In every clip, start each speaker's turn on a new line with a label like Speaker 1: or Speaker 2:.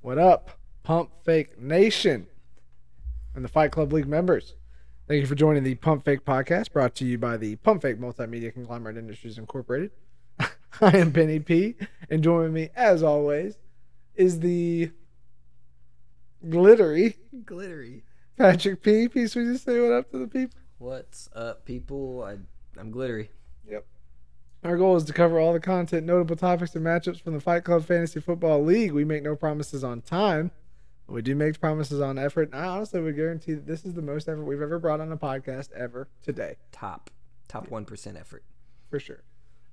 Speaker 1: What up, Pump Fake Nation, and the Fight Club League members? Thank you for joining the Pump Fake podcast brought to you by the Pump Fake Multimedia Conglomerate Industries Incorporated. I am Penny P, and joining me, as always, is the glittery
Speaker 2: Glittery.
Speaker 1: Patrick P. Peace, we just say what up to the people.
Speaker 2: What's up, people? I, I'm glittery.
Speaker 1: Our goal is to cover all the content, notable topics, and matchups from the Fight Club Fantasy Football League. We make no promises on time, but we do make promises on effort. And I honestly would guarantee that this is the most effort we've ever brought on a podcast ever today,
Speaker 2: Top, top one percent effort.
Speaker 1: for sure.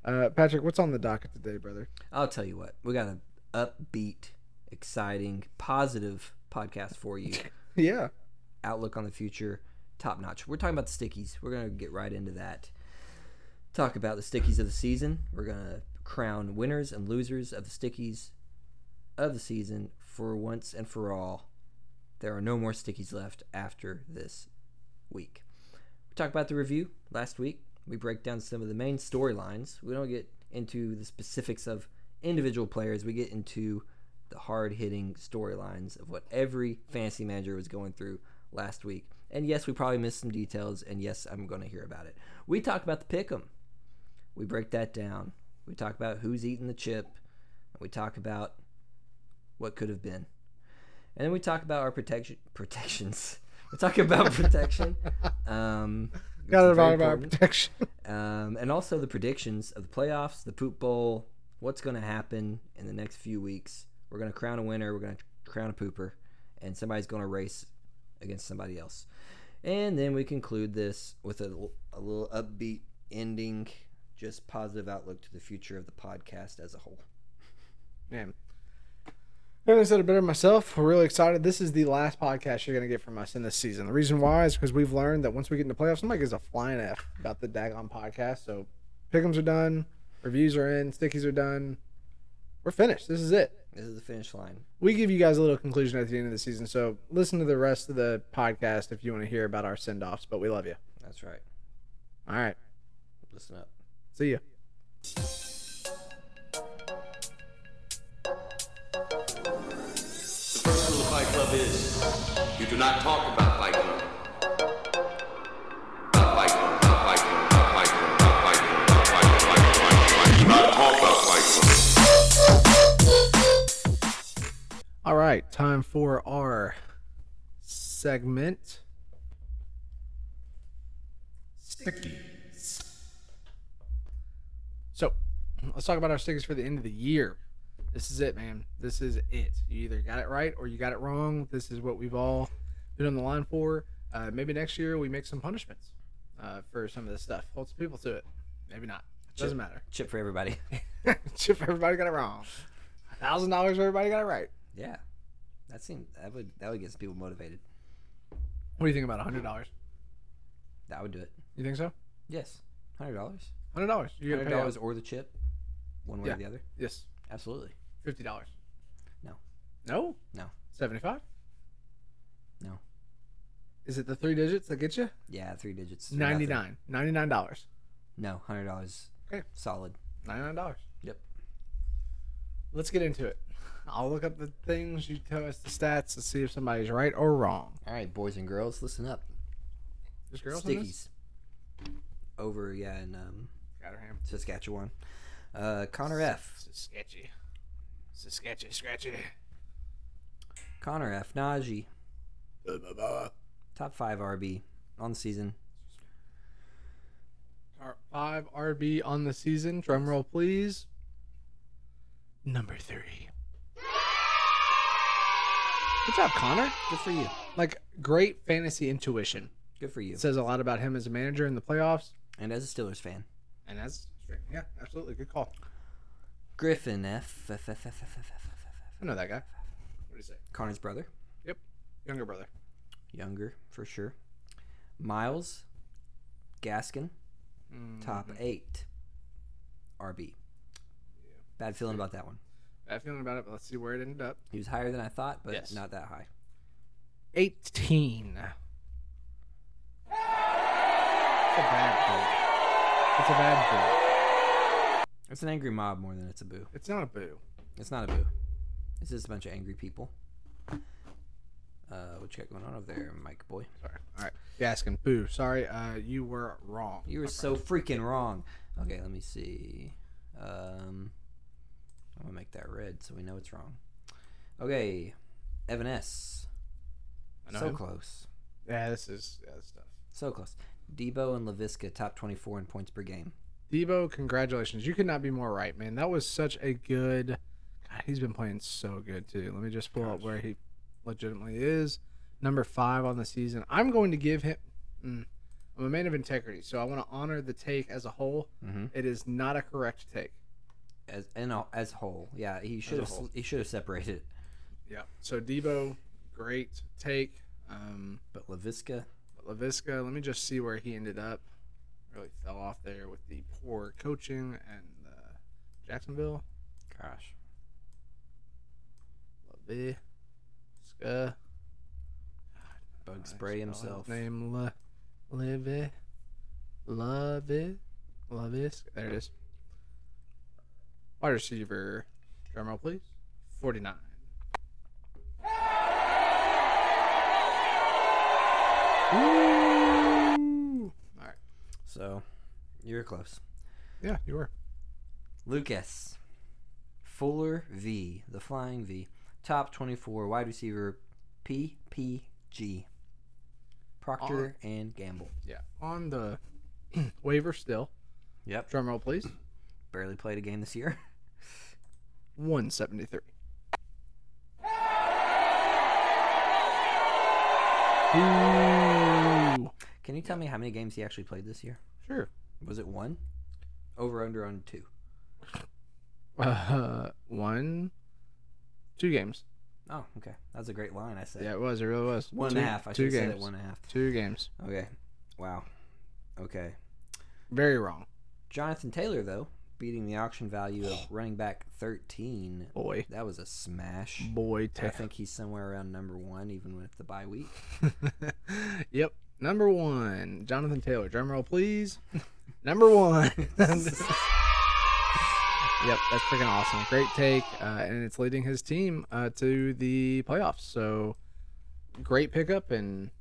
Speaker 1: Uh, Patrick, what's on the docket today, brother?
Speaker 2: I'll tell you what. We got an upbeat, exciting, positive podcast for you.
Speaker 1: Yeah,
Speaker 2: Outlook on the future, top notch. We're talking about the stickies. We're gonna get right into that. Talk about the stickies of the season. We're gonna crown winners and losers of the stickies of the season for once and for all. There are no more stickies left after this week. We talked about the review last week. We break down some of the main storylines. We don't get into the specifics of individual players. We get into the hard hitting storylines of what every fantasy manager was going through last week. And yes, we probably missed some details, and yes, I'm going to hear about it. We talk about the pick 'em. We break that down. We talk about who's eating the chip. And we talk about what could have been. And then we talk about our protection protections. We talk about protection. Um,
Speaker 1: got
Speaker 2: which
Speaker 1: it
Speaker 2: is very
Speaker 1: about our
Speaker 2: important.
Speaker 1: protection.
Speaker 2: Um, and also the predictions of the playoffs, the poop bowl, what's going to happen in the next few weeks. We're going to crown a winner, we're going to crown a pooper, and somebody's going to race against somebody else. And then we conclude this with a, l- a little upbeat ending, just positive outlook to the future of the podcast as a whole.
Speaker 1: Man. Couldn't have said it better myself. We're really excited. This is the last podcast you're going to get from us in this season. The reason why is because we've learned that once we get into playoffs, somebody gives a flying F about the Dagon podcast. So pickums are done, reviews are in, stickies are done. We're finished. This is it.
Speaker 2: This is the finish line.
Speaker 1: We give you guys a little conclusion at the end of the season. So listen to the rest of the podcast if you want to hear about our send offs, but we love you.
Speaker 2: That's right.
Speaker 1: All right.
Speaker 2: Listen up.
Speaker 1: See you.
Speaker 3: The first rule of Fight Club is you do not talk about Fight Club. About Fight Club, about Fight Club, about Fight Club, about Fight Club, about Fight Club, about Fight Club, about Fight Club. Do not talk about Fight Club.
Speaker 1: All right. Time for our segment. So let's talk about our stickers for the end of the year. This is it, man. This is it. You either got it right or you got it wrong. This is what we've all been on the line for. Uh, maybe next year we make some punishments uh, for some of this stuff. Hold some people to it. Maybe not. Doesn't matter.
Speaker 2: Chip for everybody.
Speaker 1: if everybody got it wrong, thousand dollars if everybody got it right.
Speaker 2: yeah. That seemed that would that would get some people motivated.
Speaker 1: What do you think about hundred dollars?
Speaker 2: That would do it.
Speaker 1: You think so?
Speaker 2: Yes. Hundred dollars.
Speaker 1: Hundred dollars. You get
Speaker 2: hundred
Speaker 1: paid out.
Speaker 2: dollars or the chip, one way
Speaker 1: Yeah.
Speaker 2: or the other.
Speaker 1: Yes.
Speaker 2: Absolutely.
Speaker 1: Fifty dollars.
Speaker 2: No.
Speaker 1: No.
Speaker 2: No.
Speaker 1: Seventy-five.
Speaker 2: No.
Speaker 1: Is it the three digits that get you?
Speaker 2: Yeah, three digits. or nothing.
Speaker 1: Ninety-nine. Ninety-nine dollars.
Speaker 2: No, hundred dollars.
Speaker 1: Okay.
Speaker 2: Solid.
Speaker 1: Ninety-nine dollars.
Speaker 2: Yep.
Speaker 1: Let's get into it. I'll look up the things you tell us the stats to see if somebody's right or wrong.
Speaker 2: All right, boys and girls, listen up.
Speaker 1: There's girls in this?
Speaker 2: Stickies. Over yeah in um,
Speaker 1: Scatterham.
Speaker 2: Saskatchewan. Uh, Connor F.
Speaker 1: This is sketchy. This is sketchy, scratchy.
Speaker 2: Connor F. Najee. Top five RB on the season.
Speaker 1: Our five RB on the season. Drum roll, please. Number three. Good job, Connor.
Speaker 2: Good for you.
Speaker 1: Like great fantasy intuition.
Speaker 2: Good for you.
Speaker 1: It says a lot about him as a manager in the playoffs.
Speaker 2: And as a Steelers fan,
Speaker 1: And that's yeah, absolutely good call.
Speaker 2: Griffin F. F, F, F, F, F, F, F, F, F.
Speaker 1: I know that guy. What do you say?
Speaker 2: Connor's brother,
Speaker 1: Younger brother.
Speaker 2: younger for sure. Miles Gaskin.
Speaker 1: Mm-hmm.
Speaker 2: top eight RB. Bad feeling about that one.
Speaker 1: Bad feeling about it, but let's see where it ended up.
Speaker 2: He was higher than I thought, but
Speaker 1: Yes.
Speaker 2: not that high.
Speaker 1: 18. It's a bad boo. It's a bad
Speaker 2: It's an angry mob more than it's a boo.
Speaker 1: boo. It's not a boo.
Speaker 2: It's not a boo. It's just a bunch of angry people. Uh, what you got going on over there, Mike boy?
Speaker 1: Sorry. All right. You asking? Boo. Sorry. Uh, you were wrong.
Speaker 2: You were so freaking wrong. Okay, let me see. Um, I'm gonna make that red so we know it's wrong. Okay, Evan S.
Speaker 1: I know
Speaker 2: So
Speaker 1: him.
Speaker 2: close.
Speaker 1: Yeah, this is yeah, this stuff.
Speaker 2: So close. Debo and LaVisca top 24 in points per game.
Speaker 1: Debo, congratulations. You could not be more right, man. That was such a good. God, he's been playing so good, too. Let me just pull up where he legitimately is. Number five on the season. I'm going to give him. Mm, I'm a man of integrity, so I want to honor the take as a whole.
Speaker 2: Mm-hmm.
Speaker 1: It is not a correct take.
Speaker 2: As and all- as whole, yeah, he should
Speaker 1: a
Speaker 2: have
Speaker 1: whole.
Speaker 2: he should have separated. it.
Speaker 1: Yeah. So Debo, great take. Um,
Speaker 2: But LaVisca,
Speaker 1: Lavisca, let me just see where he ended up. Really fell off there with the poor coaching and uh, Jacksonville.
Speaker 2: gosh,
Speaker 1: Lavisca.
Speaker 2: bug spray himself.
Speaker 1: Name La, Live it, love it, love it. There it is. Wide receiver, drumroll please. Forty-nine. Woo! All right.
Speaker 2: So you're close.
Speaker 1: Yeah, you were.
Speaker 2: Lucas Fuller V, the Flying V, top 24 wide receiver, PPG, Procter and Gamble.
Speaker 1: Yeah, on the waiver still.
Speaker 2: Yep.
Speaker 1: Drumroll please.
Speaker 2: Barely played a game this year.
Speaker 1: One seventy-three. Ooh.
Speaker 2: Can you tell me how many games he actually played this year?
Speaker 1: Sure.
Speaker 2: Was it one? Over under on two.
Speaker 1: Uh, one, two games.
Speaker 2: Oh, okay. That's a great line. I said
Speaker 1: Yeah, it was. It really was.
Speaker 2: one
Speaker 1: two,
Speaker 2: and a half. I
Speaker 1: two
Speaker 2: should have
Speaker 1: games.
Speaker 2: said it one and a half.
Speaker 1: Two games.
Speaker 2: Okay. Wow. Okay.
Speaker 1: Very wrong,
Speaker 2: Jonathan Taylor though beating the auction value of running back 13.
Speaker 1: boy.
Speaker 2: That was a smash.
Speaker 1: Boy,
Speaker 2: I
Speaker 1: Taylor.
Speaker 2: think he's somewhere around number one, even with the bye week.
Speaker 1: yep. Number one, Jonathan Taylor. Drum roll, please. Number one. yep, that's freaking awesome. Great take, uh, and it's leading his team uh, to the playoffs. So, great pickup, and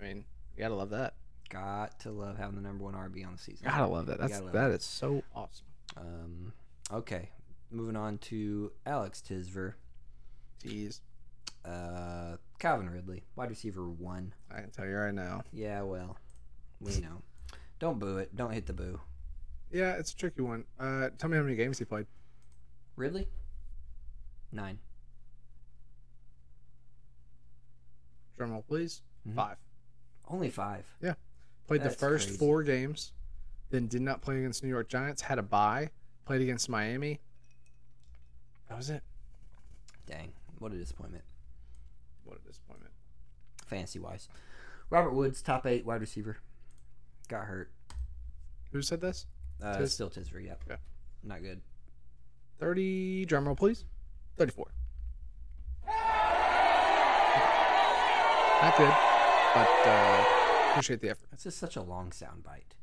Speaker 1: I mean, you gotta love that.
Speaker 2: Got to love having the number one RB on the season.
Speaker 1: Gotta love that. That's
Speaker 2: gotta love
Speaker 1: that is so awesome.
Speaker 2: Um, okay, moving on to Alex Tisver,
Speaker 1: Jeez,
Speaker 2: uh, Calvin Ridley, wide receiver one.
Speaker 1: I can tell you right now.
Speaker 2: Yeah, well, we know. Don't boo it. Don't hit the boo.
Speaker 1: Yeah, it's a tricky one. Uh, tell me how many games he played.
Speaker 2: Ridley, nine.
Speaker 1: Drum roll, please.
Speaker 2: Mhm.
Speaker 1: Five.
Speaker 2: Only five.
Speaker 1: Played
Speaker 2: That's
Speaker 1: the first
Speaker 2: crazy.
Speaker 1: four games, then did not play against New York Giants. Had a bye. Played against Miami. That was it.
Speaker 2: Dang, what a disappointment.
Speaker 1: What a disappointment.
Speaker 2: Fantasy wise, Robert Woods, top eight wide receiver, got hurt.
Speaker 1: Who said this?
Speaker 2: Uh,
Speaker 1: Tis-
Speaker 2: still Tisver. Yep.
Speaker 1: Yeah.
Speaker 2: Not good.
Speaker 1: Thirty. Drum roll, please. Thirty-four. Not good, but uh, appreciate the effort.
Speaker 2: That's just such a long sound bite.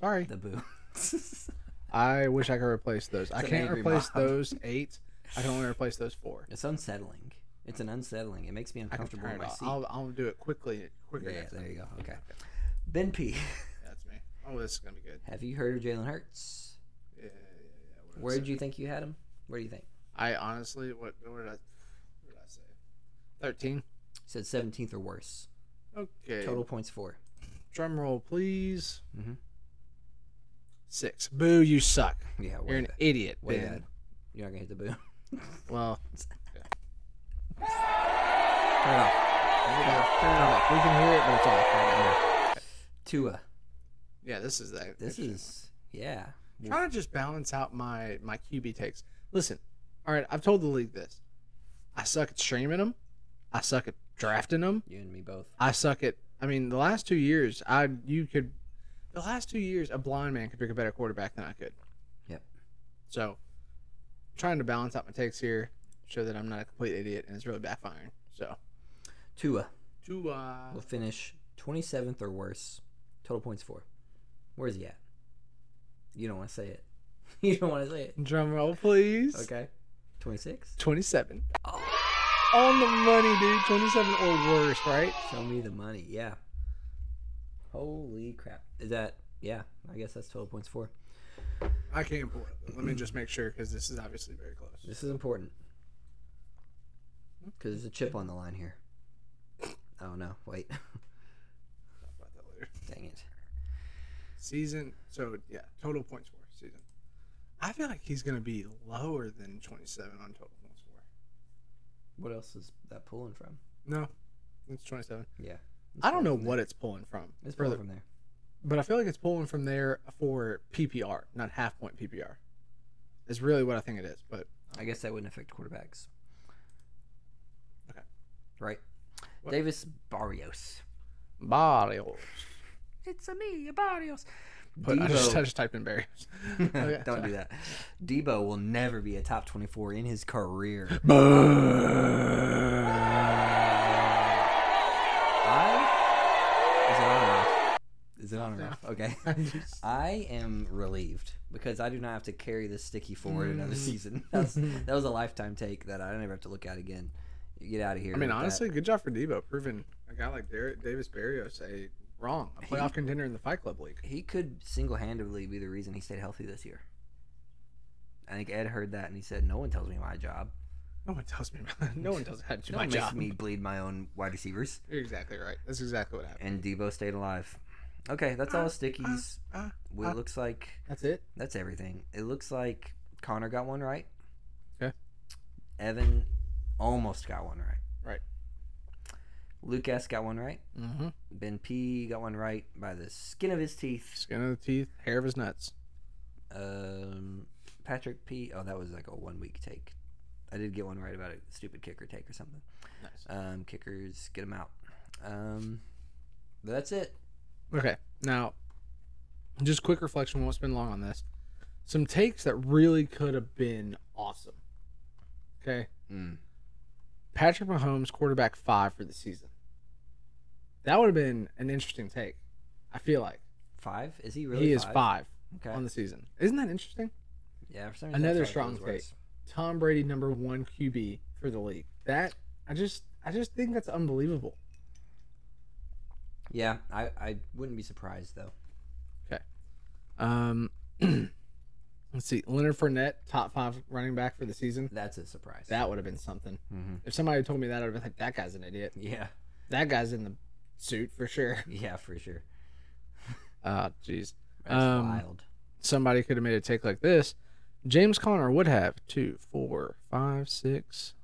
Speaker 1: Sorry.
Speaker 2: The boo.
Speaker 1: I wish I could replace those. I
Speaker 2: It's an
Speaker 1: can't
Speaker 2: angry
Speaker 1: replace
Speaker 2: mob.
Speaker 1: those eight. I can only replace those four.
Speaker 2: it's unsettling. It's an unsettling. It makes me
Speaker 1: I can
Speaker 2: uncomfortable
Speaker 1: turn
Speaker 2: in
Speaker 1: it
Speaker 2: my
Speaker 1: off.
Speaker 2: seat.
Speaker 1: I'll, I'll do it quickly. Quicker.
Speaker 2: Yeah, yeah,
Speaker 1: next time.
Speaker 2: there you go. Okay. Ben P.
Speaker 1: That's me. Oh, this is gonna be good.
Speaker 2: Have you heard of Jalen Hurts?
Speaker 1: Yeah, yeah, yeah. What did I
Speaker 2: Where
Speaker 1: say?
Speaker 2: did you think you had him? Where do you think?
Speaker 1: I honestly, what, what did I, what did I say? Thirteen.
Speaker 2: He said 17th or worse.
Speaker 1: Okay.
Speaker 2: Total points four.
Speaker 1: Drum roll, please.
Speaker 2: Mhm.
Speaker 1: Six. Boo! You suck.
Speaker 2: Yeah, way
Speaker 1: You're an
Speaker 2: bad.
Speaker 1: idiot,
Speaker 2: Way
Speaker 1: Ben.
Speaker 2: bad. You're not gonna hit the boo. Turn
Speaker 1: Well,
Speaker 2: it off. Turn it off. Turn it off.
Speaker 1: we can hear it, but it's off right now.
Speaker 2: Tua.
Speaker 1: Yeah, this is that.
Speaker 2: This is yeah.
Speaker 1: Try to just balance out my my QB takes. Listen, all right, I've told the league this. I suck at streaming them. I suck at drafting them.
Speaker 2: You and me both.
Speaker 1: I suck at. I mean, the last two years, I you could, the last two years, a blind man could pick a better quarterback than I could.
Speaker 2: Yep.
Speaker 1: So, trying to balance out my takes here, show that I'm not a complete idiot, and it's really backfiring. So,
Speaker 2: Tua
Speaker 1: two. Uh,
Speaker 2: will finish 27th or worse. Total points four. Where's he at? You don't want to say it. You don't want to say it.
Speaker 1: drum roll, please.
Speaker 2: Okay. 26.
Speaker 1: Twenty-seven.
Speaker 2: Oh.
Speaker 1: on the money, dude. 27 or worse, right?
Speaker 2: Show me the money. Yeah. Holy crap. Is that, yeah, I guess that's 12 points four.
Speaker 1: I can't pull it. Let me just make sure because this is obviously very close.
Speaker 2: This is important. Because there's a chip on the line here. Oh, no. Wait.
Speaker 1: Talk about that later.
Speaker 2: Dang it.
Speaker 1: Season. So yeah, total points for season. I feel like he's gonna be lower than 27 on total points for.
Speaker 2: What else is that pulling from?
Speaker 1: No, it's 27.
Speaker 2: Yeah.
Speaker 1: I don't know what it's pulling from,
Speaker 2: It's
Speaker 1: for
Speaker 2: pulling
Speaker 1: the-
Speaker 2: from there.
Speaker 1: but I feel like it's pulling from there for PPR, not half point PPR. Is really what I think it is. But
Speaker 2: I guess that wouldn't affect quarterbacks.
Speaker 1: Okay.
Speaker 2: Right.
Speaker 1: What-
Speaker 2: Davis Barrios.
Speaker 1: Barrios.
Speaker 2: It's a me, Barrios.
Speaker 1: But I just, I
Speaker 2: Debo.
Speaker 1: just typed in Barrios. Okay,
Speaker 2: don't do that. Debo will never be a top 24 in his career. I is it on or off? Is it on or off? Okay.
Speaker 1: I'm just-
Speaker 2: I am relieved because I do not have to carry this sticky forward another
Speaker 1: Mm.
Speaker 2: season. That's, that was a lifetime take that I don't ever have to look at again. You get out of here.
Speaker 1: I mean,
Speaker 2: with that.
Speaker 1: honestly, good job for Debo proving a guy like Dar- Davis Barrios a wrong, a playoff contender in the Fight Club League.
Speaker 2: he could single-handedly be the reason he stayed healthy this year. I think Ed heard that and he said, "No one tells me my job.
Speaker 1: No one tells me. No one tells me how to do
Speaker 2: No
Speaker 1: my
Speaker 2: one makes
Speaker 1: job.
Speaker 2: me bleed my own wide receivers."
Speaker 1: You're exactly right. That's exactly what happened.
Speaker 2: And Debo stayed alive. Okay, that's all the stickies.
Speaker 1: uh,
Speaker 2: Well, it looks like
Speaker 1: That's it.
Speaker 2: that's everything. It looks like Connor got one right.
Speaker 1: Okay.
Speaker 2: Evan almost got one right.
Speaker 1: Right.
Speaker 2: Luke S got one right.
Speaker 1: Mm-hmm.
Speaker 2: Ben P got one right by the skin of his teeth.
Speaker 1: Skin of the teeth, hair of his nuts.
Speaker 2: Um, Patrick P. Oh, that was like a one week take. I did get one right about a stupid kicker take or something.
Speaker 1: Nice.
Speaker 2: Um, kickers get them out. Um, but that's it.
Speaker 1: Okay, now, just quick reflection. Won't spend long on this. Some takes that really could have been awesome. Okay,
Speaker 2: Mm.
Speaker 1: Patrick Mahomes, quarterback five for the season. That would have been an interesting take. I feel like
Speaker 2: Five? Is he really?
Speaker 1: he is five
Speaker 2: Okay.
Speaker 1: on the season. Isn't that interesting?
Speaker 2: yeah. For some reason,
Speaker 1: Another
Speaker 2: I thought it was
Speaker 1: strong
Speaker 2: worse.
Speaker 1: Tom Brady number one QB for the league. That I just I just think that's unbelievable.
Speaker 2: Yeah, I, I wouldn't be surprised though.
Speaker 1: Um, let's see, Leonard Fournette top five running back for the season.
Speaker 2: That's a surprise.
Speaker 1: That would have been something.
Speaker 2: hmm
Speaker 1: If somebody had told me that, I'd have been like, that guy's an idiot.
Speaker 2: Yeah.
Speaker 1: That guy's in the suit for sure.
Speaker 2: Yeah, for sure.
Speaker 1: Ah, jeez.
Speaker 2: That's
Speaker 1: Um,
Speaker 2: wild.
Speaker 1: Somebody could have made a take like this. James Conner would have two, four, five, six,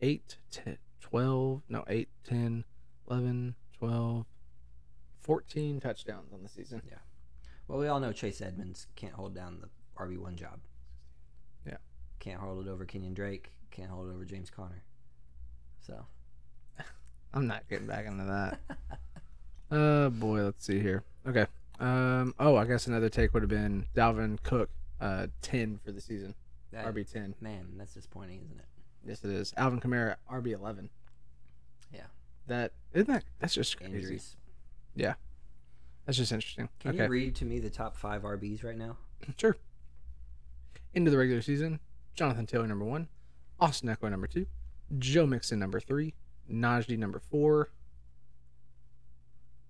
Speaker 1: eight, ten, twelve. No, eight, ten, eleven, twelve, fourteen touchdowns on the season.
Speaker 2: Well, we all know Chase Edmonds can't hold down the RB one job.
Speaker 1: Yeah.
Speaker 2: Can't hold it over Kenyon Drake. Can't hold it over James Conner. So
Speaker 1: I'm not getting back into that. Uh boy, let's see here. Okay. Um oh I guess another take would have been Dalvin Cook, uh ten for the season.
Speaker 2: that,
Speaker 1: RB ten.
Speaker 2: man, that's disappointing, isn't it?
Speaker 1: Yes it is. Alvin Kamara RB eleven.
Speaker 2: Yeah.
Speaker 1: That isn't that that's just crazy.
Speaker 2: Injuries.
Speaker 1: That's just interesting.
Speaker 2: Can
Speaker 1: okay.
Speaker 2: you read to me the top five RBs right now?
Speaker 1: sure. Into the regular season, Jonathan Taylor number one, Austin Eckler number two, Joe Mixon number three, Najee number four,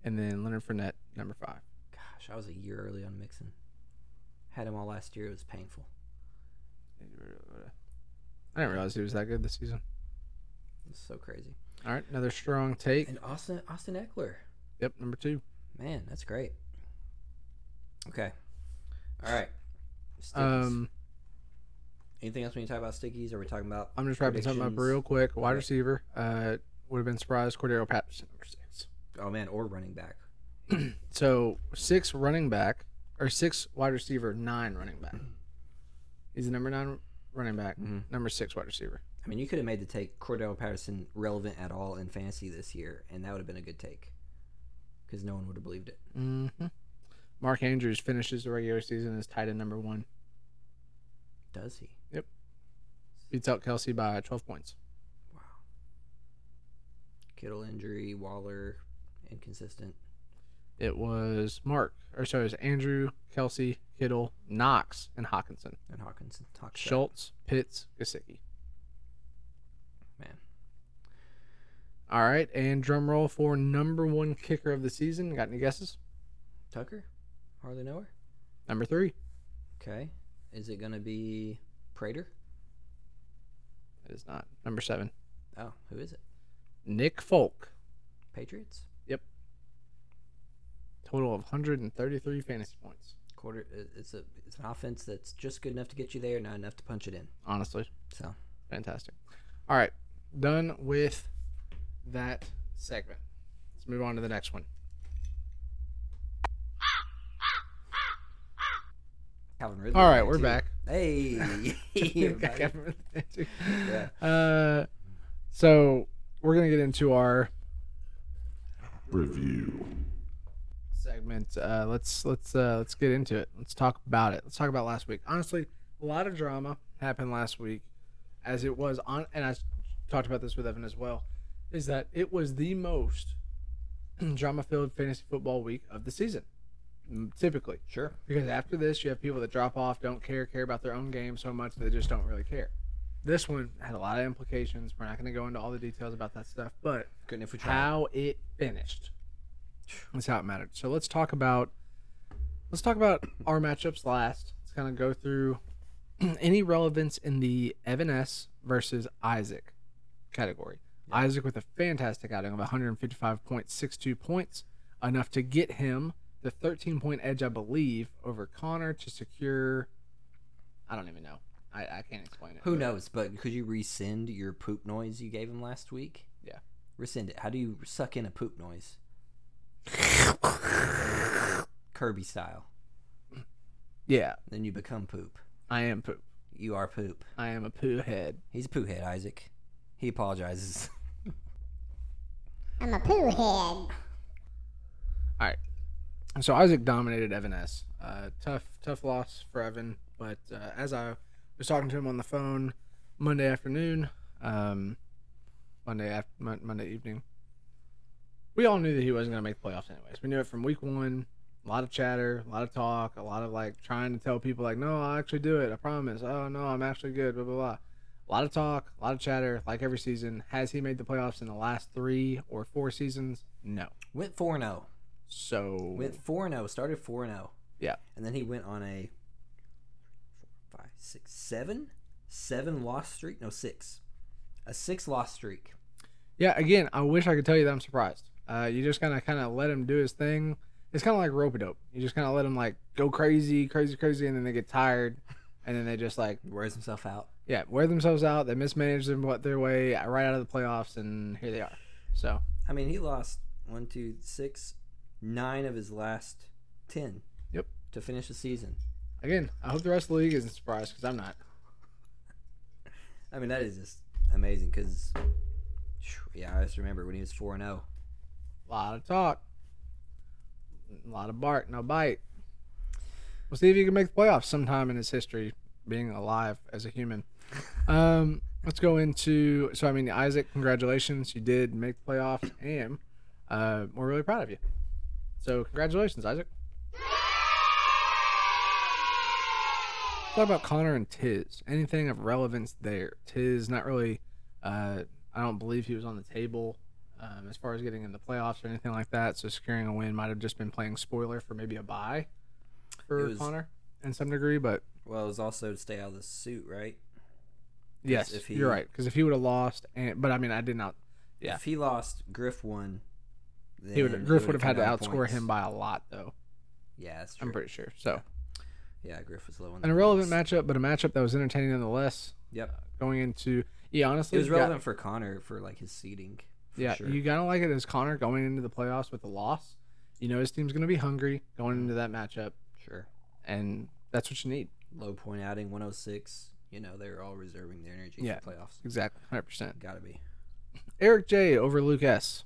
Speaker 1: and then Leonard Fournette number five.
Speaker 2: Gosh, I was a year early on mixing. Had him all last year. It was painful.
Speaker 1: I didn't realize he was that good this season.
Speaker 2: It's so crazy.
Speaker 1: All right, another strong take.
Speaker 2: And Austin Austin Eckler.
Speaker 1: Yep, number two.
Speaker 2: Man, that's great. Okay. All right. Stickies.
Speaker 1: Um,
Speaker 2: Anything else we need to talk about stickies? Or are we talking about?
Speaker 1: I'm just wrapping something up
Speaker 2: predictions?
Speaker 1: real quick. Wide
Speaker 2: Okay.
Speaker 1: receiver uh, would have been surprised. Cordero Patterson, number six.
Speaker 2: Oh man, or running back.
Speaker 1: So six running back or six wide receiver, nine running back. He's the number nine running back,
Speaker 2: Mhm.
Speaker 1: number six wide receiver.
Speaker 2: I mean, you could have made the take Cordell Patterson relevant at all in fantasy this year, and that would have been a good take, because no one would have believed it.
Speaker 1: hmm Mark Andrews finishes the regular season as tight end number one.
Speaker 2: Does he?
Speaker 1: Beats out Kelsey by 12 points.
Speaker 2: Wow. Kittle injury, Waller inconsistent.
Speaker 1: It was Mark, or sorry, it was Andrew, Kelsey, Kittle, Knox, and Hawkinson.
Speaker 2: And Hawkinson. Talk
Speaker 1: Schultz, Pitts, Gasicki.
Speaker 2: Man.
Speaker 1: All right, and drum roll for number one kicker of the season. Got any guesses?
Speaker 2: Tucker, hardly know her.
Speaker 1: Number three.
Speaker 2: Okay, is it gonna be Prater?
Speaker 1: It is not. Number seven.
Speaker 2: Oh, who is it?
Speaker 1: Nick Folk.
Speaker 2: Patriots.
Speaker 1: Total of 133 fantasy points.
Speaker 2: Quarter. i- It's a it's an offense that's just good enough to get you there, not enough to punch it in.
Speaker 1: Honestly,
Speaker 2: So
Speaker 1: fantastic. All right, done with that segment. Let's move on to the next one.
Speaker 2: Calvin Ridley.
Speaker 1: All
Speaker 2: in
Speaker 1: right,
Speaker 2: there,
Speaker 1: we're
Speaker 2: too.
Speaker 1: back.
Speaker 2: Hey, everybody.
Speaker 1: Uh, so we're gonna get into our
Speaker 3: Review.
Speaker 1: segment. Uh, let's let's uh, let's get into it. Let's talk about it. Let's talk about last week. Honestly, a lot of drama happened last week, as it was on, and I s- talked about this with Evan as well. Is that it was the most drama-filled fantasy football week of the season, m- typically
Speaker 2: sure.
Speaker 1: because after this you have people that drop off, don't care, care about their own game so much they just don't really care. This one had a lot of implications. We're not going to go into all the details about that stuff, but
Speaker 2: Good enough. We try.
Speaker 1: how it finished. That's how it mattered. So let's talk about let's talk about our matchups last. Let's kind of go through any relevance in the Evan S versus Isaac category. Isaac with a fantastic outing of 155.62 points, enough to get him the 13 point edge, I believe, over Connor to secure. I don't even know. I, I can't explain it.
Speaker 2: Who
Speaker 1: but-
Speaker 2: knows? But could you rescind your poop noise you gave him last week?
Speaker 1: Yeah.
Speaker 2: Rescind it. How do you suck in a poop noise? Kirby style.
Speaker 1: Yeah,
Speaker 2: Then you become poop.
Speaker 1: I am poop.
Speaker 2: You are poop.
Speaker 1: I am a poo head.
Speaker 2: He's a poo head, Isaac. He apologizes.
Speaker 4: I'm a poo head.
Speaker 1: All right. So Isaac dominated Evan S. Uh, tough, tough loss for Evan. But uh, as I was talking to him on the phone Monday afternoon, um, Monday after mon- Monday evening, we all knew that he wasn't going to make the playoffs anyways. We knew it from week one. A lot of chatter, a lot of talk, a lot of like trying to tell people like, no, I'll actually do it. I promise. Oh no, I'm actually good. Blah blah blah. A lot of talk, a lot of chatter. Like every season, has he made the playoffs in the last three or four seasons? No.
Speaker 2: Went 4 0.
Speaker 1: So
Speaker 2: Went 4 0. Started oh. 4 0.
Speaker 1: Yeah.
Speaker 2: And then he went on a four, five, six, seven? Seven loss streak? No, six. A six loss streak.
Speaker 1: Yeah, again, I wish I could tell you that I'm surprised. Uh, you just kind of kind of let him do his thing. It's kind of like rope a dope. You just kind of let him like go crazy, crazy, crazy, and then they get tired, and then they just like
Speaker 2: Wears himself out.
Speaker 1: yeah wear themselves out. They mismanage them what their way uh, right out of the playoffs, and here they are. So
Speaker 2: I mean, he lost one, two, six, nine of his last ten.
Speaker 1: Yep.
Speaker 2: To finish the season.
Speaker 1: again, I hope the rest of the league isn't surprised because I'm not.
Speaker 2: I mean, that is just amazing because, yeah, I just remember when he was four and oh. zero.
Speaker 1: A lot of talk, a lot of bark, no bite. We'll see if he can make the playoffs sometime in his history, being alive as a human. Um, let's go into so I mean Isaac, congratulations, you did make the playoffs, and uh, we're really proud of you. So congratulations, Isaac. Talk about Connor and Tiz. Anything of relevance there? Tiz not really. Uh, I don't believe he was on the table um, as far as getting in the playoffs or anything like that. So securing a win might have just been playing spoiler for maybe a bye for
Speaker 2: It was-
Speaker 1: Connor in some degree, but
Speaker 2: Well, it was also to stay out of the suit, right?
Speaker 1: Yes,
Speaker 2: if he-
Speaker 1: you're right. Because if he would have lost, and but I mean, I did not. Yeah.
Speaker 2: If he lost, Griff won. Then
Speaker 1: He would Griff would
Speaker 2: would've
Speaker 1: have had to
Speaker 2: come down
Speaker 1: outscore
Speaker 2: points.
Speaker 1: him by a lot, though.
Speaker 2: Yeah, that's true.
Speaker 1: I'm pretty sure. So
Speaker 2: yeah, Griff was low on
Speaker 1: an irrelevant matchup, but a matchup that was entertaining nonetheless.
Speaker 2: Yep.
Speaker 1: Going into yeah, honestly,
Speaker 2: It was
Speaker 1: you got-
Speaker 2: relevant for Connor for like his seating. For
Speaker 1: yeah,
Speaker 2: sure.
Speaker 1: you kind of like it as Connor going into the playoffs with a loss. You know his team's going to be hungry going into that matchup,
Speaker 2: sure.
Speaker 1: and that's what you need.
Speaker 2: Low point outing, 106. You know, they were all reserving their energy
Speaker 1: Yeah.
Speaker 2: for playoffs.
Speaker 1: Exactly, hundred percent.
Speaker 2: Gotta be.
Speaker 1: Eric J over Luke S.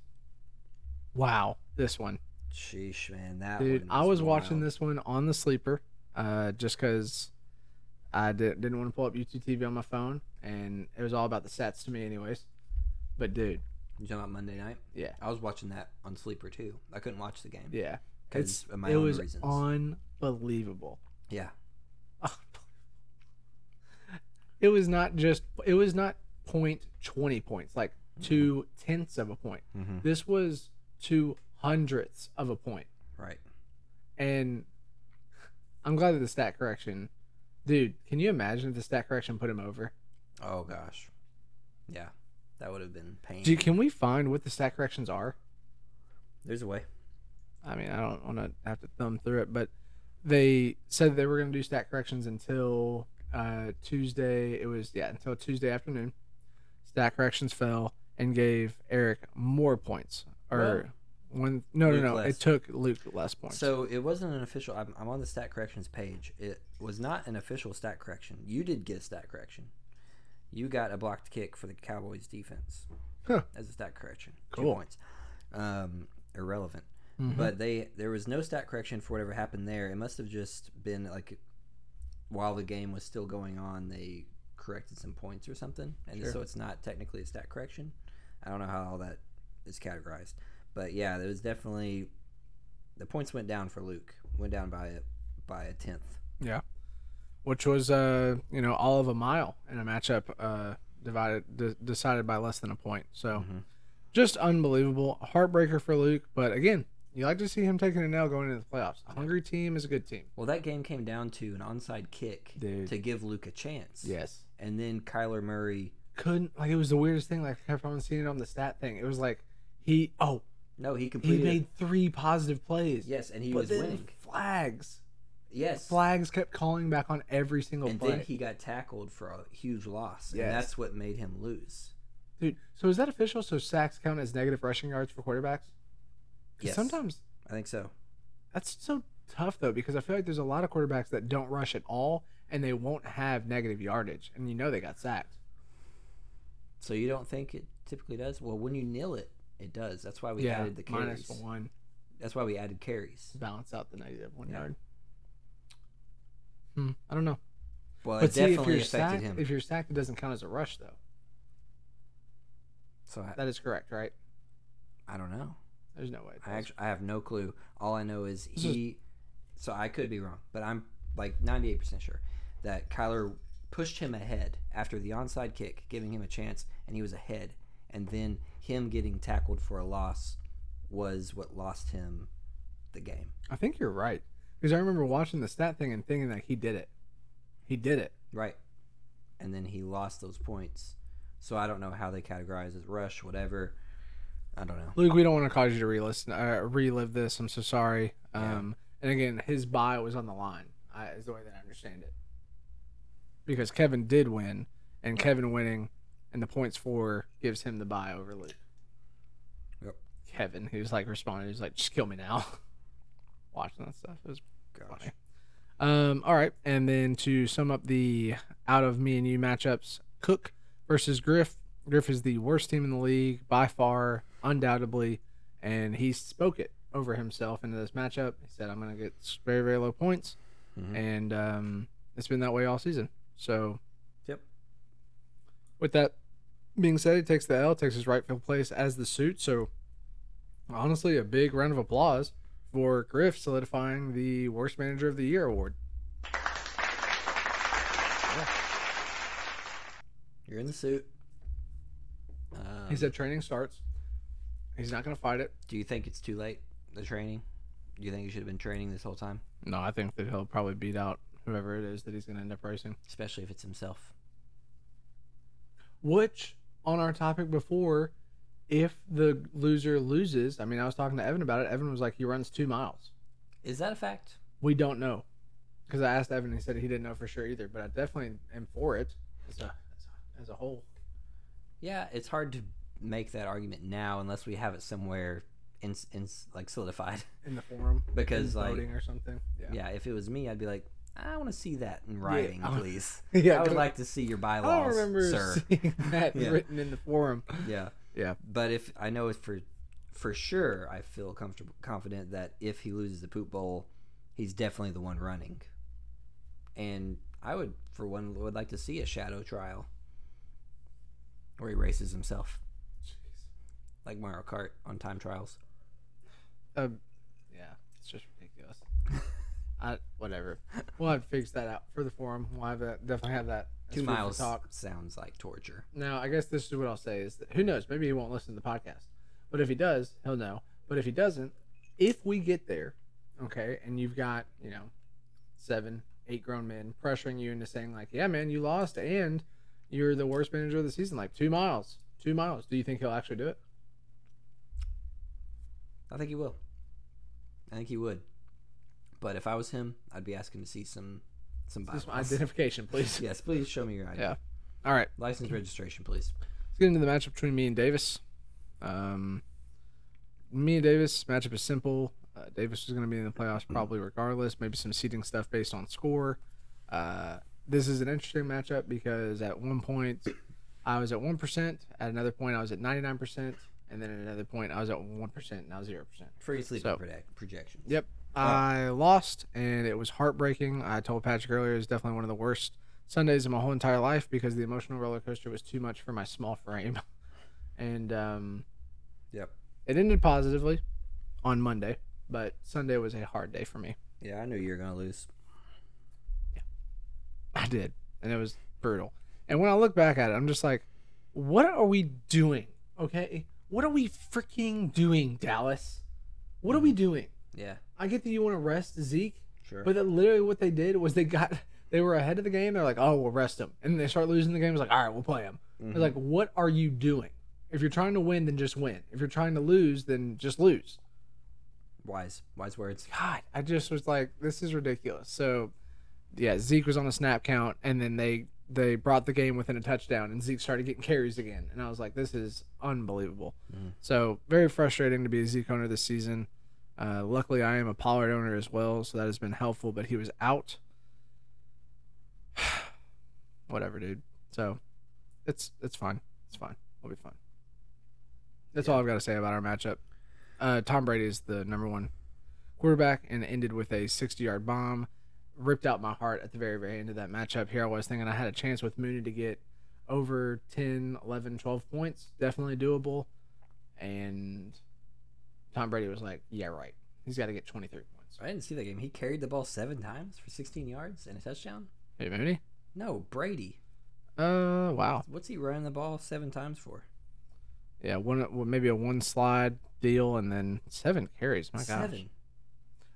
Speaker 1: Wow, this one.
Speaker 2: Sheesh, man, that
Speaker 1: Dude,
Speaker 2: one
Speaker 1: I was watching
Speaker 2: wild.
Speaker 1: this one on the sleeper, uh, just because I did, didn't want to pull up YouTube TV on my phone, and it was all about the sets to me, anyways. But dude,
Speaker 2: You talking about Monday night?
Speaker 1: Yeah.
Speaker 2: I was watching that on Sleeper too. I couldn't watch the game.
Speaker 1: yeah,
Speaker 2: 'Cause
Speaker 1: it's
Speaker 2: of my
Speaker 1: it
Speaker 2: own
Speaker 1: was
Speaker 2: reasons.
Speaker 1: unbelievable.
Speaker 2: Yeah.
Speaker 1: It was not just it was not point twenty points, like two tenths of a point.
Speaker 2: Mhm.
Speaker 1: This was two hundredths of a point.
Speaker 2: Right.
Speaker 1: And I'm glad that the stat correction, dude. Can you imagine if the stat correction put him over?
Speaker 2: Oh gosh. Yeah. That would have been pain.
Speaker 1: Do, can we find what the stat corrections are?
Speaker 2: There's a way.
Speaker 1: I mean, I don't want to have to thumb through it, but they said they were going to do stat corrections until uh, Tuesday. It was yeah until Tuesday afternoon. Stat corrections fell and gave Eric more points, or one no
Speaker 2: Luke
Speaker 1: no no.
Speaker 2: less.
Speaker 1: It took Luke less points.
Speaker 2: So it wasn't an official. I'm, I'm on the stat corrections page. It was not an official stat correction. You did get a stat correction. You got a blocked kick for the Cowboys defense
Speaker 1: Huh.
Speaker 2: as a stat correction. Two
Speaker 1: Cool.
Speaker 2: points. Um, irrelevant.
Speaker 1: Mhm.
Speaker 2: But they there was no stat correction for whatever happened there. It must have just been like while the game was still going on, they corrected some points or something, and
Speaker 1: Sure.
Speaker 2: so it's not technically a stat correction. I don't know how all that is categorized, but yeah, there was definitely the points went down for Luke. Went down by a, by a tenth.
Speaker 1: which was uh you know all of a mile in a matchup uh divided de- decided by less than a point. So
Speaker 2: Mhm.
Speaker 1: just unbelievable heartbreaker for Luke. But again, you like to see him taking an L going into the playoffs. A hungry team is a good team.
Speaker 2: Well, that game came down to an onside kick
Speaker 1: Dude.
Speaker 2: to give Luke a chance.
Speaker 1: Yes.
Speaker 2: and then Kyler Murray.
Speaker 1: couldn't like it was the weirdest thing. Like I kept on seeing it on the stat thing. It was like he oh
Speaker 2: No, he
Speaker 1: he
Speaker 2: completed.
Speaker 1: made three positive plays.
Speaker 2: yes, and he
Speaker 1: but
Speaker 2: was
Speaker 1: then
Speaker 2: winning.
Speaker 1: flags.
Speaker 2: Yes,
Speaker 1: Flags kept calling back on every single
Speaker 2: and
Speaker 1: play.
Speaker 2: then he got tackled for a huge loss,
Speaker 1: Yes.
Speaker 2: and that's what made him lose.
Speaker 1: Dude, so is that official? So sacks count as negative rushing yards for quarterbacks? 'Cause
Speaker 2: Yes,
Speaker 1: Sometimes
Speaker 2: I think so.
Speaker 1: that's so tough though because I feel like there's a lot of quarterbacks that don't rush at all and they won't have negative yardage and you know they got sacked.
Speaker 2: So you don't think it typically does? Well, when you kneel it, it does. That's why we
Speaker 1: yeah,
Speaker 2: added the
Speaker 1: minus
Speaker 2: carries.
Speaker 1: one
Speaker 2: That's why we added carries.
Speaker 1: to balance out the negative one
Speaker 2: Yeah.
Speaker 1: yard. Hmm, I don't know.
Speaker 2: Well,
Speaker 1: But
Speaker 2: it
Speaker 1: see, if
Speaker 2: definitely
Speaker 1: you're
Speaker 2: affected
Speaker 1: sacked,
Speaker 2: him.
Speaker 1: if you're sacked, it doesn't count as a rush, though.
Speaker 2: so I,
Speaker 1: That is correct, right?
Speaker 2: I don't know.
Speaker 1: There's no way. it
Speaker 2: I
Speaker 1: does.
Speaker 2: actually I have no clue. All I know is
Speaker 1: is-
Speaker 2: he. So I could be wrong, but I'm like 98% sure that Kyler pushed him ahead after the onside kick, giving him a chance, and he was ahead. And then him getting tackled for a loss was what lost him the game.
Speaker 1: I think you're right because I remember watching the stat thing and thinking that he did it. He did it.
Speaker 2: Right. And then he lost those points. So I don't know how they categorize as rush, whatever. I don't know.
Speaker 1: Luke, we don't want to cause you to re-listen, uh, relive this. I'm so sorry.
Speaker 2: Yeah.
Speaker 1: Um, and again, his buy was on the line. I, is the way that I understand it. Because Kevin did win, and Kevin winning, and the points for gives him the buy over Luke.
Speaker 2: Yep.
Speaker 1: Kevin, he was like responding, he was like, "Just kill me now." Watching that stuff, it was
Speaker 2: Gosh.
Speaker 1: funny. Um, all right, and then to sum up the out of me and you matchups, Cook versus Griff. Griff is the worst team in the league by far, undoubtedly, and he spoke it over himself into this matchup. He said, "I'm going to get s- very very low points,"
Speaker 2: Mhm.
Speaker 1: and um, it's been that way all season. So,
Speaker 2: Yep.
Speaker 1: With that being said, he takes the L, takes his right field place as the suit. So, honestly, a big round of applause for Griff solidifying the worst manager of the year award.
Speaker 2: You're in the suit. Um,
Speaker 1: He said training starts. He's not going to fight it.
Speaker 2: Do you think it's too late, the training? Do you think you should have been training this whole time?
Speaker 1: No, I think that he'll probably beat out whoever it is that he's going to end up racing.
Speaker 2: Especially if it's himself.
Speaker 1: Which, on our topic before, if the loser loses, I mean, I was talking to Evan about it. Evan was like, he runs two miles.
Speaker 2: Is that a fact?
Speaker 1: We don't know. Because I asked Evan, he said he didn't know for sure either, but I definitely am for it as a, as a, as a whole.
Speaker 2: Yeah, it's hard to make that argument now unless we have it somewhere in, in like solidified.
Speaker 1: in the forum
Speaker 2: Because,
Speaker 1: in
Speaker 2: like-
Speaker 1: voting or something. Yeah,
Speaker 2: yeah, if it was me, I'd be like, I want to see that in writing,
Speaker 1: I would-
Speaker 2: please.
Speaker 1: yeah.
Speaker 2: I would
Speaker 1: go-
Speaker 2: like to see your
Speaker 1: I
Speaker 2: bylaws,
Speaker 1: don't remember
Speaker 2: sir.
Speaker 1: seeing that
Speaker 2: Yeah.
Speaker 1: written in the forum.
Speaker 2: yeah.
Speaker 1: Yeah.
Speaker 2: But if I know it's for for sure, I feel comfortable confident that if he loses the poop bowl, he's definitely the one running. And I would, for one, would like to see a shadow trial where he races himself, like Mario Kart on time trials.
Speaker 1: uh, Um, yeah, it's just ridiculous. I, whatever. We'll have to fix that out for the forum. We'll have that. Definitely have that. as
Speaker 2: Two
Speaker 1: food for
Speaker 2: miles
Speaker 1: thought.
Speaker 2: sounds like torture.
Speaker 1: Now, I guess this is what I'll say is that, who knows? Maybe he won't listen to the podcast. But if he does, he'll know. But if he doesn't, if we get there, okay, and you've got, you know, seven, eight grown men pressuring you into saying, like, yeah, man, you lost and you're the worst manager of the season, like two miles, two miles. Do you think he'll actually do it?
Speaker 2: I think he will. I think he would. But if I was him, I'd be asking to see some some
Speaker 1: Just my
Speaker 2: bylaws.
Speaker 1: identification, please.
Speaker 2: yes, please show me your ID.
Speaker 1: Yeah. All right.
Speaker 2: License registration, please.
Speaker 1: Let's get into the matchup between me and Davis. Um, me and Davis matchup is simple. Uh, Davis is going to be in the playoffs probably regardless. Maybe some seeding stuff based on score. Uh, this is an interesting matchup because at one point I was at one percent. At another point I was at ninety nine percent, and then at another point I was at one percent. Now zero percent.
Speaker 2: Free sleep
Speaker 1: So-
Speaker 2: project, projections.
Speaker 1: Yep. I lost, and it was heartbreaking. I told Patrick earlier it was definitely one of the worst Sundays of my whole entire life because the emotional roller coaster was too much for my small frame. and um,
Speaker 2: Yep.
Speaker 1: it ended positively on Monday, but Sunday was a hard day for me.
Speaker 2: Yeah, I knew you were gonna lose.
Speaker 1: I did, and it was brutal. And when I look back at it, I'm just like, what are we doing? Okay, what are we freaking doing, Dallas? What are we doing?
Speaker 2: Yeah,
Speaker 1: I get that you want to rest Zeke,
Speaker 2: sure.
Speaker 1: But that literally what they did was they got they were ahead of the game. They're like, oh, we'll rest him, and they start losing the game. It's like, all right, we'll play him.
Speaker 2: Mhm.
Speaker 1: It's like, what are you doing? If you're trying to win, then just win. If you're trying to lose, then just lose.
Speaker 2: wise, wise words.
Speaker 1: God, I just was like, this is ridiculous. So, yeah, Zeke was on a snap count, and then they they brought the game within a touchdown, and Zeke started getting carries again, and I was like, this is unbelievable.
Speaker 2: Mhm.
Speaker 1: So very frustrating to be a Zeke owner this season. Uh, luckily, I am a Pollard owner as well, so that has been helpful. But he was out. Whatever, dude. So it's it's fine. It's fine. We'll be fine. That's all I've got to say about our matchup. Uh, Tom Brady is the number one quarterback and ended with a 60 yard bomb. Ripped out my heart at the very, very end of that matchup. Here I was thinking I had a chance with Mooney to get over 10, 11, 12 points. Definitely doable. And Tom Brady was like, yeah, right. He's got to get 23 points.
Speaker 2: I didn't see that game. He carried the ball seven times for 16 yards and a touchdown.
Speaker 1: Hey, Mooney?
Speaker 2: No, Brady.
Speaker 1: Uh, wow.
Speaker 2: What's he running the ball seven times for?
Speaker 1: Yeah, one well, maybe a one slide deal and then seven carries.
Speaker 2: Oh
Speaker 1: My gosh.
Speaker 2: Seven.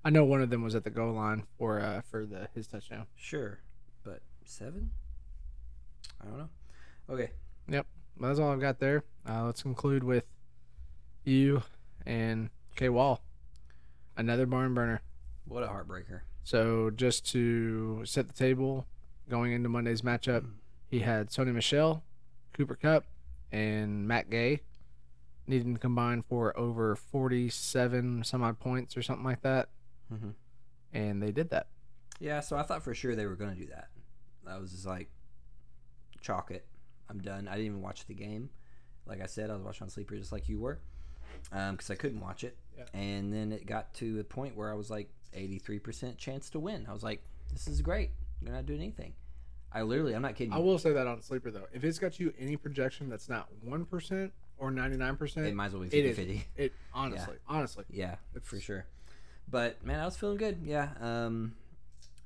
Speaker 1: I know one of them was at the goal line for uh for the his touchdown.
Speaker 2: Sure, but seven? I don't know. Okay.
Speaker 1: Well, that's all I've got there. Uh, let's conclude with you and K Wall. Another barn burner.
Speaker 2: What a heartbreaker.
Speaker 1: So just to set the table, going into Monday's matchup, he had Sony Michelle, Cooper Cup, and Matt Gay needing to combine for over forty-seven some odd points or something like that,
Speaker 2: Mm-hmm.
Speaker 1: and they did that.
Speaker 2: Yeah, so I thought for sure they were going to do that. I was just like, chalk it. I'm done. I didn't even watch the game. Like I said, I was watching on Sleeper just like you were because I couldn't watch it.
Speaker 1: Yeah.
Speaker 2: And then it got to a point where I was like, 83% chance to win. I was like, this is great. They're not doing anything. I literally, I'm not kidding.
Speaker 1: I
Speaker 2: you.
Speaker 1: will say that on sleeper though, if it's got you any projection that's not one percent or ninety-nine
Speaker 2: It
Speaker 1: percent,
Speaker 2: might as well be
Speaker 1: It
Speaker 2: 50
Speaker 1: is. it honestly, honestly,
Speaker 2: Yeah,
Speaker 1: It's-
Speaker 2: for sure. But man, I was feeling good. Yeah. Um,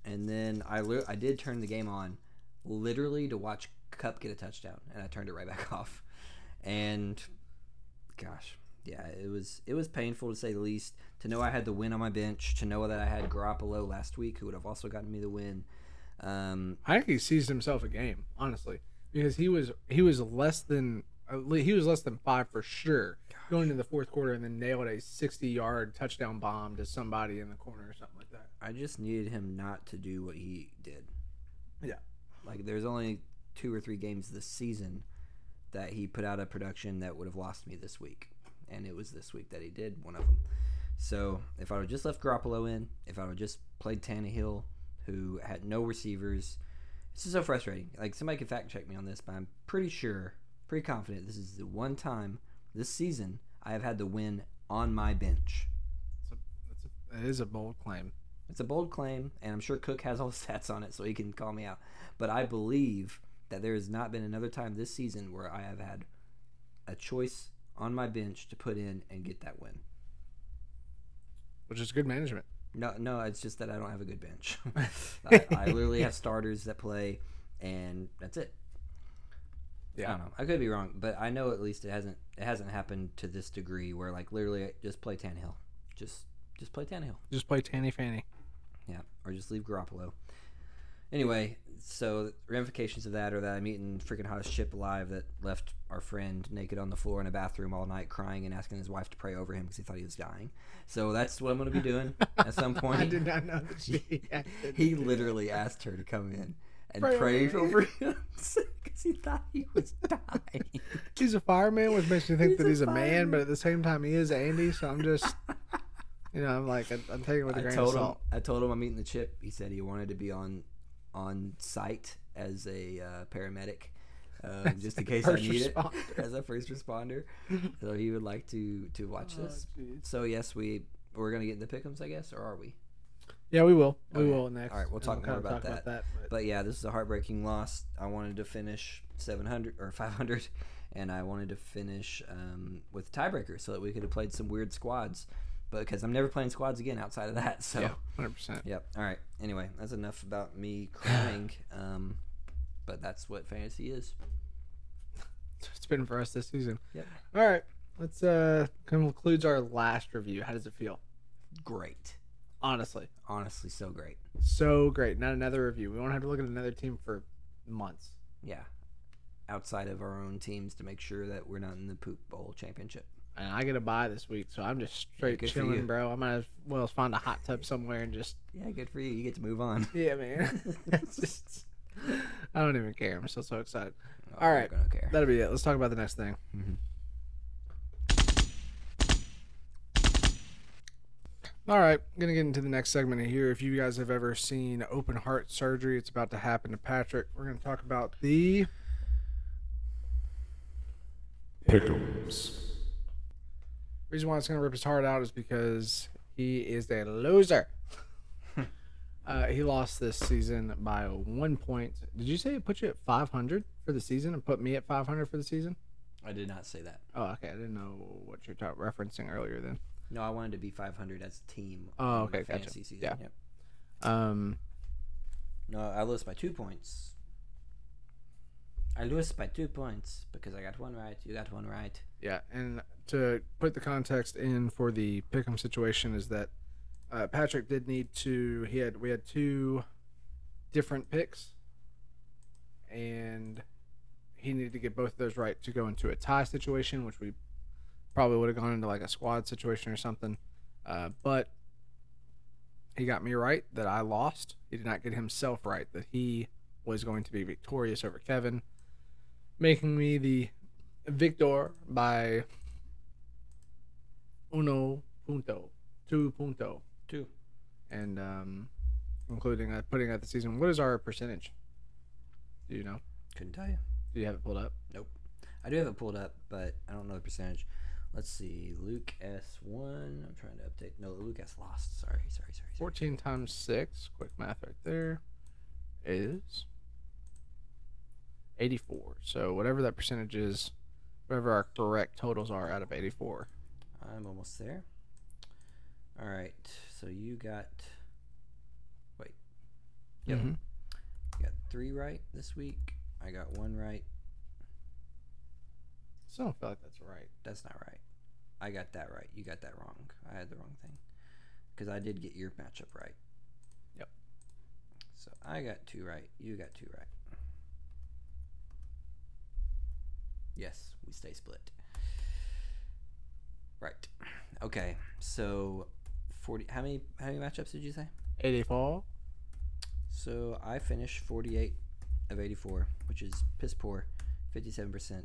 Speaker 2: and then I li- I did turn the game on, literally to watch Cup get a touchdown, and I turned it right back off. And gosh, yeah, it was it was painful to say the least. To know I had the win on my bench, to know that I had Garoppolo last week, who would have also gotten me the win. Um,
Speaker 1: I think he seized himself a game, honestly, because he was he was less than uh, le- he was less than five for sure going into the fourth quarter, and then nailed a sixty-yard touchdown bomb to somebody in the corner or something like that.
Speaker 2: I just needed him not to do what he did.
Speaker 1: Yeah.
Speaker 2: Like there's only two or three games this season that he put out a production that would have lost me this week, and it was this week that he did one of them. So if I would have just left Garoppolo in, if I would have just played Tannehill, who had no receivers, this is so frustrating. Like somebody can fact check me on this, but I'm pretty sure, pretty confident this is the one time this season I have had the win on my bench.
Speaker 1: That's a, that is a bold claim.
Speaker 2: It's a bold claim, and I'm sure Cook has all the stats on it, so he can call me out. But I believe that there has not been another time this season where I have had a choice on my bench to put in and get that win.
Speaker 1: which is good management.
Speaker 2: No, no, it's just that I don't have a good bench. I, I literally have starters that play, and that's it. I
Speaker 1: Yeah.
Speaker 2: don't know. I could be wrong, but I know at least it hasn't it hasn't happened to this degree where like literally I just play Tannehill, just just play Tannehill,
Speaker 1: Just play Tanny Fanny.
Speaker 2: yeah, or just leave Garoppolo. Anyway, so the ramifications of that are that I'm eating freaking hottest chip alive that left our friend naked on the floor in a bathroom all night crying and asking his wife to pray over him because he thought he was dying. So that's what I'm going to be doing at some point.
Speaker 1: I did not know that she acted.
Speaker 2: He literally asked her to come in and
Speaker 1: Pray
Speaker 2: pray,
Speaker 1: over
Speaker 2: over him because he thought he was dying.
Speaker 1: He's a fireman, which makes me think
Speaker 2: He's
Speaker 1: that
Speaker 2: a
Speaker 1: he's a man,
Speaker 2: fireman.
Speaker 1: but at the same time, he is Andy. So I'm just, you know, I'm like, I'm I'm taking it with a
Speaker 2: I
Speaker 1: grain of
Speaker 2: told him.
Speaker 1: salt.
Speaker 2: I told him I'm eating the chip. He said he wanted to be on on site as a uh, paramedic, um, just in case I
Speaker 1: first
Speaker 2: need
Speaker 1: responder.
Speaker 2: it as a first responder. so he would like to to watch
Speaker 1: Oh,
Speaker 2: this. So yes, we we're gonna get in the pickums, I guess, or are we?
Speaker 1: Yeah, we will. We
Speaker 2: Okay.
Speaker 1: will next.
Speaker 2: All right, we'll
Speaker 1: and
Speaker 2: talk
Speaker 1: kinda
Speaker 2: more about that.
Speaker 1: but-
Speaker 2: But yeah, this is a heartbreaking loss. I wanted to finish 700 or 500, and I wanted to finish um, with tiebreaker so that we could have played some weird squads. But because I'm never playing squads again outside of that, so.
Speaker 1: yeah, hundred percent.
Speaker 2: Yep. All right. Anyway, that's enough about me crying. um, but that's what fantasy is.
Speaker 1: It's been for us this season.
Speaker 2: Yep.
Speaker 1: All right, let's uh concludes our last review. How does it feel?
Speaker 2: Great.
Speaker 1: Honestly,
Speaker 2: Honestly, so great.
Speaker 1: so great. Not another review. We won't have to look at another team for months.
Speaker 2: Yeah. Outside of our own teams to make sure that we're not in the poop bowl championship.
Speaker 1: And I get a buy this week, so I'm just straight
Speaker 2: good for you.
Speaker 1: chilling, bro. I might as well find a hot tub somewhere and just
Speaker 2: Yeah, good for you. You get to move on.
Speaker 1: yeah, man. It's just- I don't even care. I'm still so excited.
Speaker 2: Oh,
Speaker 1: All right.
Speaker 2: I'm not gonna care.
Speaker 1: That'll be it. Let's talk about the next thing. Mm-hmm.
Speaker 2: Mhm.
Speaker 1: All right, gonna get into the next segment here. If you guys have ever seen open heart surgery, it's about to happen to Patrick. We're gonna talk about the
Speaker 3: Pickums.
Speaker 1: reason why it's gonna rip his heart out is because he is a loser. uh, he lost this season by one point. Did you say it put you at 500 for the season and put me at 500 for the season?
Speaker 2: I did not say that.
Speaker 1: Oh, okay. I didn't know what you're ta- referencing earlier then.
Speaker 2: No, I wanted to be 500 as a team.
Speaker 1: Oh,
Speaker 2: on my
Speaker 1: okay, gotcha.
Speaker 2: Fantasy season.
Speaker 1: Yeah.
Speaker 2: Yep.
Speaker 1: Um,
Speaker 2: No, I lost by two points. I lost by two points because I got one right. You got one right.
Speaker 1: Yeah, and to put the context in for the Pickham situation is that uh, Patrick did need to. He had we had two different picks, and he needed to get both of those right to go into a tie situation, which we probably would have gone into like a squad situation or something. Uh, but he got me right that I lost. He did not get himself right that he was going to be victorious over Kevin, making me the Victor by uno punto, two punto,
Speaker 2: Two.
Speaker 1: and um, including uh, putting out the season. What is our percentage? Do you know?
Speaker 2: Couldn't tell you.
Speaker 1: Do you have it pulled up?
Speaker 2: Nope. I do have it pulled up, but I don't know the percentage. Let's see. Luke S one. I'm trying to update. No, Luke S lost. Sorry, sorry, sorry. sorry.
Speaker 1: Fourteen times six, quick math right there, is eighty-four. So whatever that percentage is, whatever our correct totals are out of eighty-four.
Speaker 2: I'm almost there. All right. So you got. Wait. Yep.
Speaker 1: Mhm.
Speaker 2: You got three right this week. I got one right.
Speaker 1: So I don't feel like that's right.
Speaker 2: That's not right. I got that right. You got that wrong. I had the wrong thing. Because I did get your matchup right.
Speaker 1: Yep.
Speaker 2: So I got two right. You got two right. Yes, we stay split. Right. Okay. So, forty. How many? How many matchups did you say?
Speaker 1: Eighty-four.
Speaker 2: So I finished 48 of 84, which is piss poor, 57%.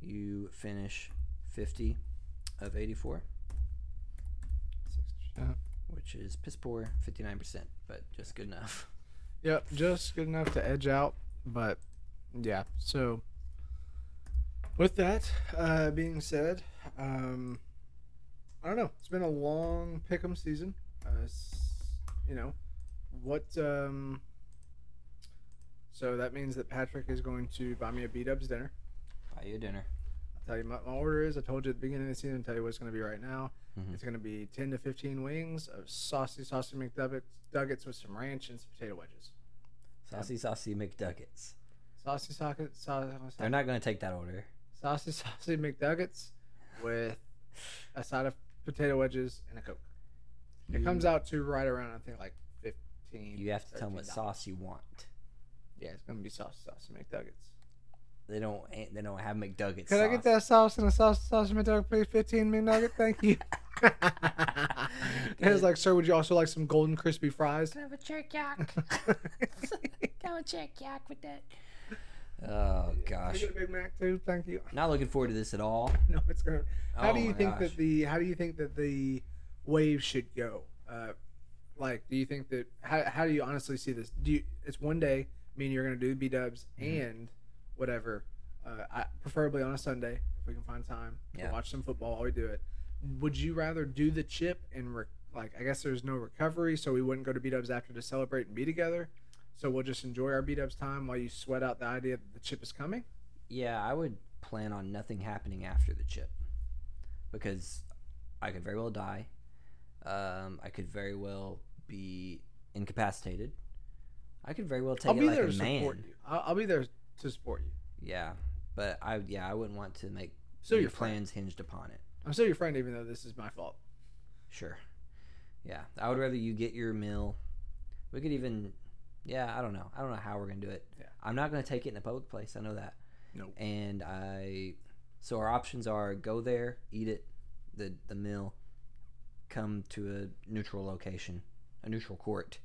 Speaker 2: You finish 50 of 84, which is piss poor, 59%, but just good enough.
Speaker 1: Yep, just good enough to edge out, but yeah. So with that uh, being said, um, I don't know. It's been a long pick'em season. Uh, s- you know what? Um, so that means that Patrick is going to buy me a B Dubs dinner.
Speaker 2: Buy you a dinner.
Speaker 1: I tell you my, my order is. I told you at the beginning of the season. Tell you what it's going to be right now.
Speaker 2: Mhm.
Speaker 1: It's going to be ten to fifteen wings of saucy saucy McDuggets Duggets with some ranch and some potato wedges.
Speaker 2: Saucy, saucy McDuggets.
Speaker 1: Saucy socket saucy
Speaker 2: They're not going to take that order.
Speaker 1: saucy saucy McDuggets with a side of potato wedges and a coke. It comes out to right around I think like fifteen.
Speaker 2: Mm. You have to tell them what
Speaker 1: $13.
Speaker 2: sauce you want.
Speaker 1: Yeah, it's going to be saucy saucy McDuggets.
Speaker 2: They don't. ain't- They don't have McDuggets.
Speaker 1: Can I get
Speaker 2: sauce.
Speaker 1: that sauce and a sauce sauce McNugget, please? Fifteen McNugget, thank you. and it's like, sir, would you also like some golden crispy fries?
Speaker 2: Can I have a jerk yak? Can I have a jerk yak with that? Oh
Speaker 1: Can I
Speaker 2: gosh,
Speaker 1: get a Big Mac too, thank you.
Speaker 2: not looking forward to this at all.
Speaker 1: No, it's gonna. How
Speaker 2: Oh
Speaker 1: do you
Speaker 2: my
Speaker 1: think
Speaker 2: gosh.
Speaker 1: that the How do you think that the wave should go? Uh, like, do you think that how How do you honestly see this? Do you? It's one day. Me and you're gonna do B Dubs
Speaker 2: Mm-hmm.
Speaker 1: and whatever. Uh, I, preferably on a Sunday if we can find time
Speaker 2: Yeah.
Speaker 1: to watch some football while we do it. Would you rather do the chip and re- like? I guess there's no recovery, so we wouldn't go to B Dubs after to celebrate and be together. So we'll just enjoy our B Dubs time while you sweat out the idea that the chip is coming.
Speaker 2: Yeah, I would plan on nothing happening after the chip because I could very well die. Um, I could very well be incapacitated. I could very well take
Speaker 1: I'll
Speaker 2: it
Speaker 1: be
Speaker 2: like
Speaker 1: there
Speaker 2: a
Speaker 1: to
Speaker 2: man.
Speaker 1: support you. I'll, I'll be there to support you.
Speaker 2: Yeah, but I yeah I wouldn't want to make
Speaker 1: So
Speaker 2: your
Speaker 1: your friend.
Speaker 2: plans hinged upon it.
Speaker 1: I'm still your friend, even though this is my fault.
Speaker 2: Sure. Yeah, I would rather you get your meal. We could even, yeah, I don't know. I don't know how we're gonna do it.
Speaker 1: Yeah.
Speaker 2: I'm not gonna take it in a public place. I know that.
Speaker 1: Nope.
Speaker 2: And I, so our options are go there, eat it, the the meal, come to a neutral location, a neutral court,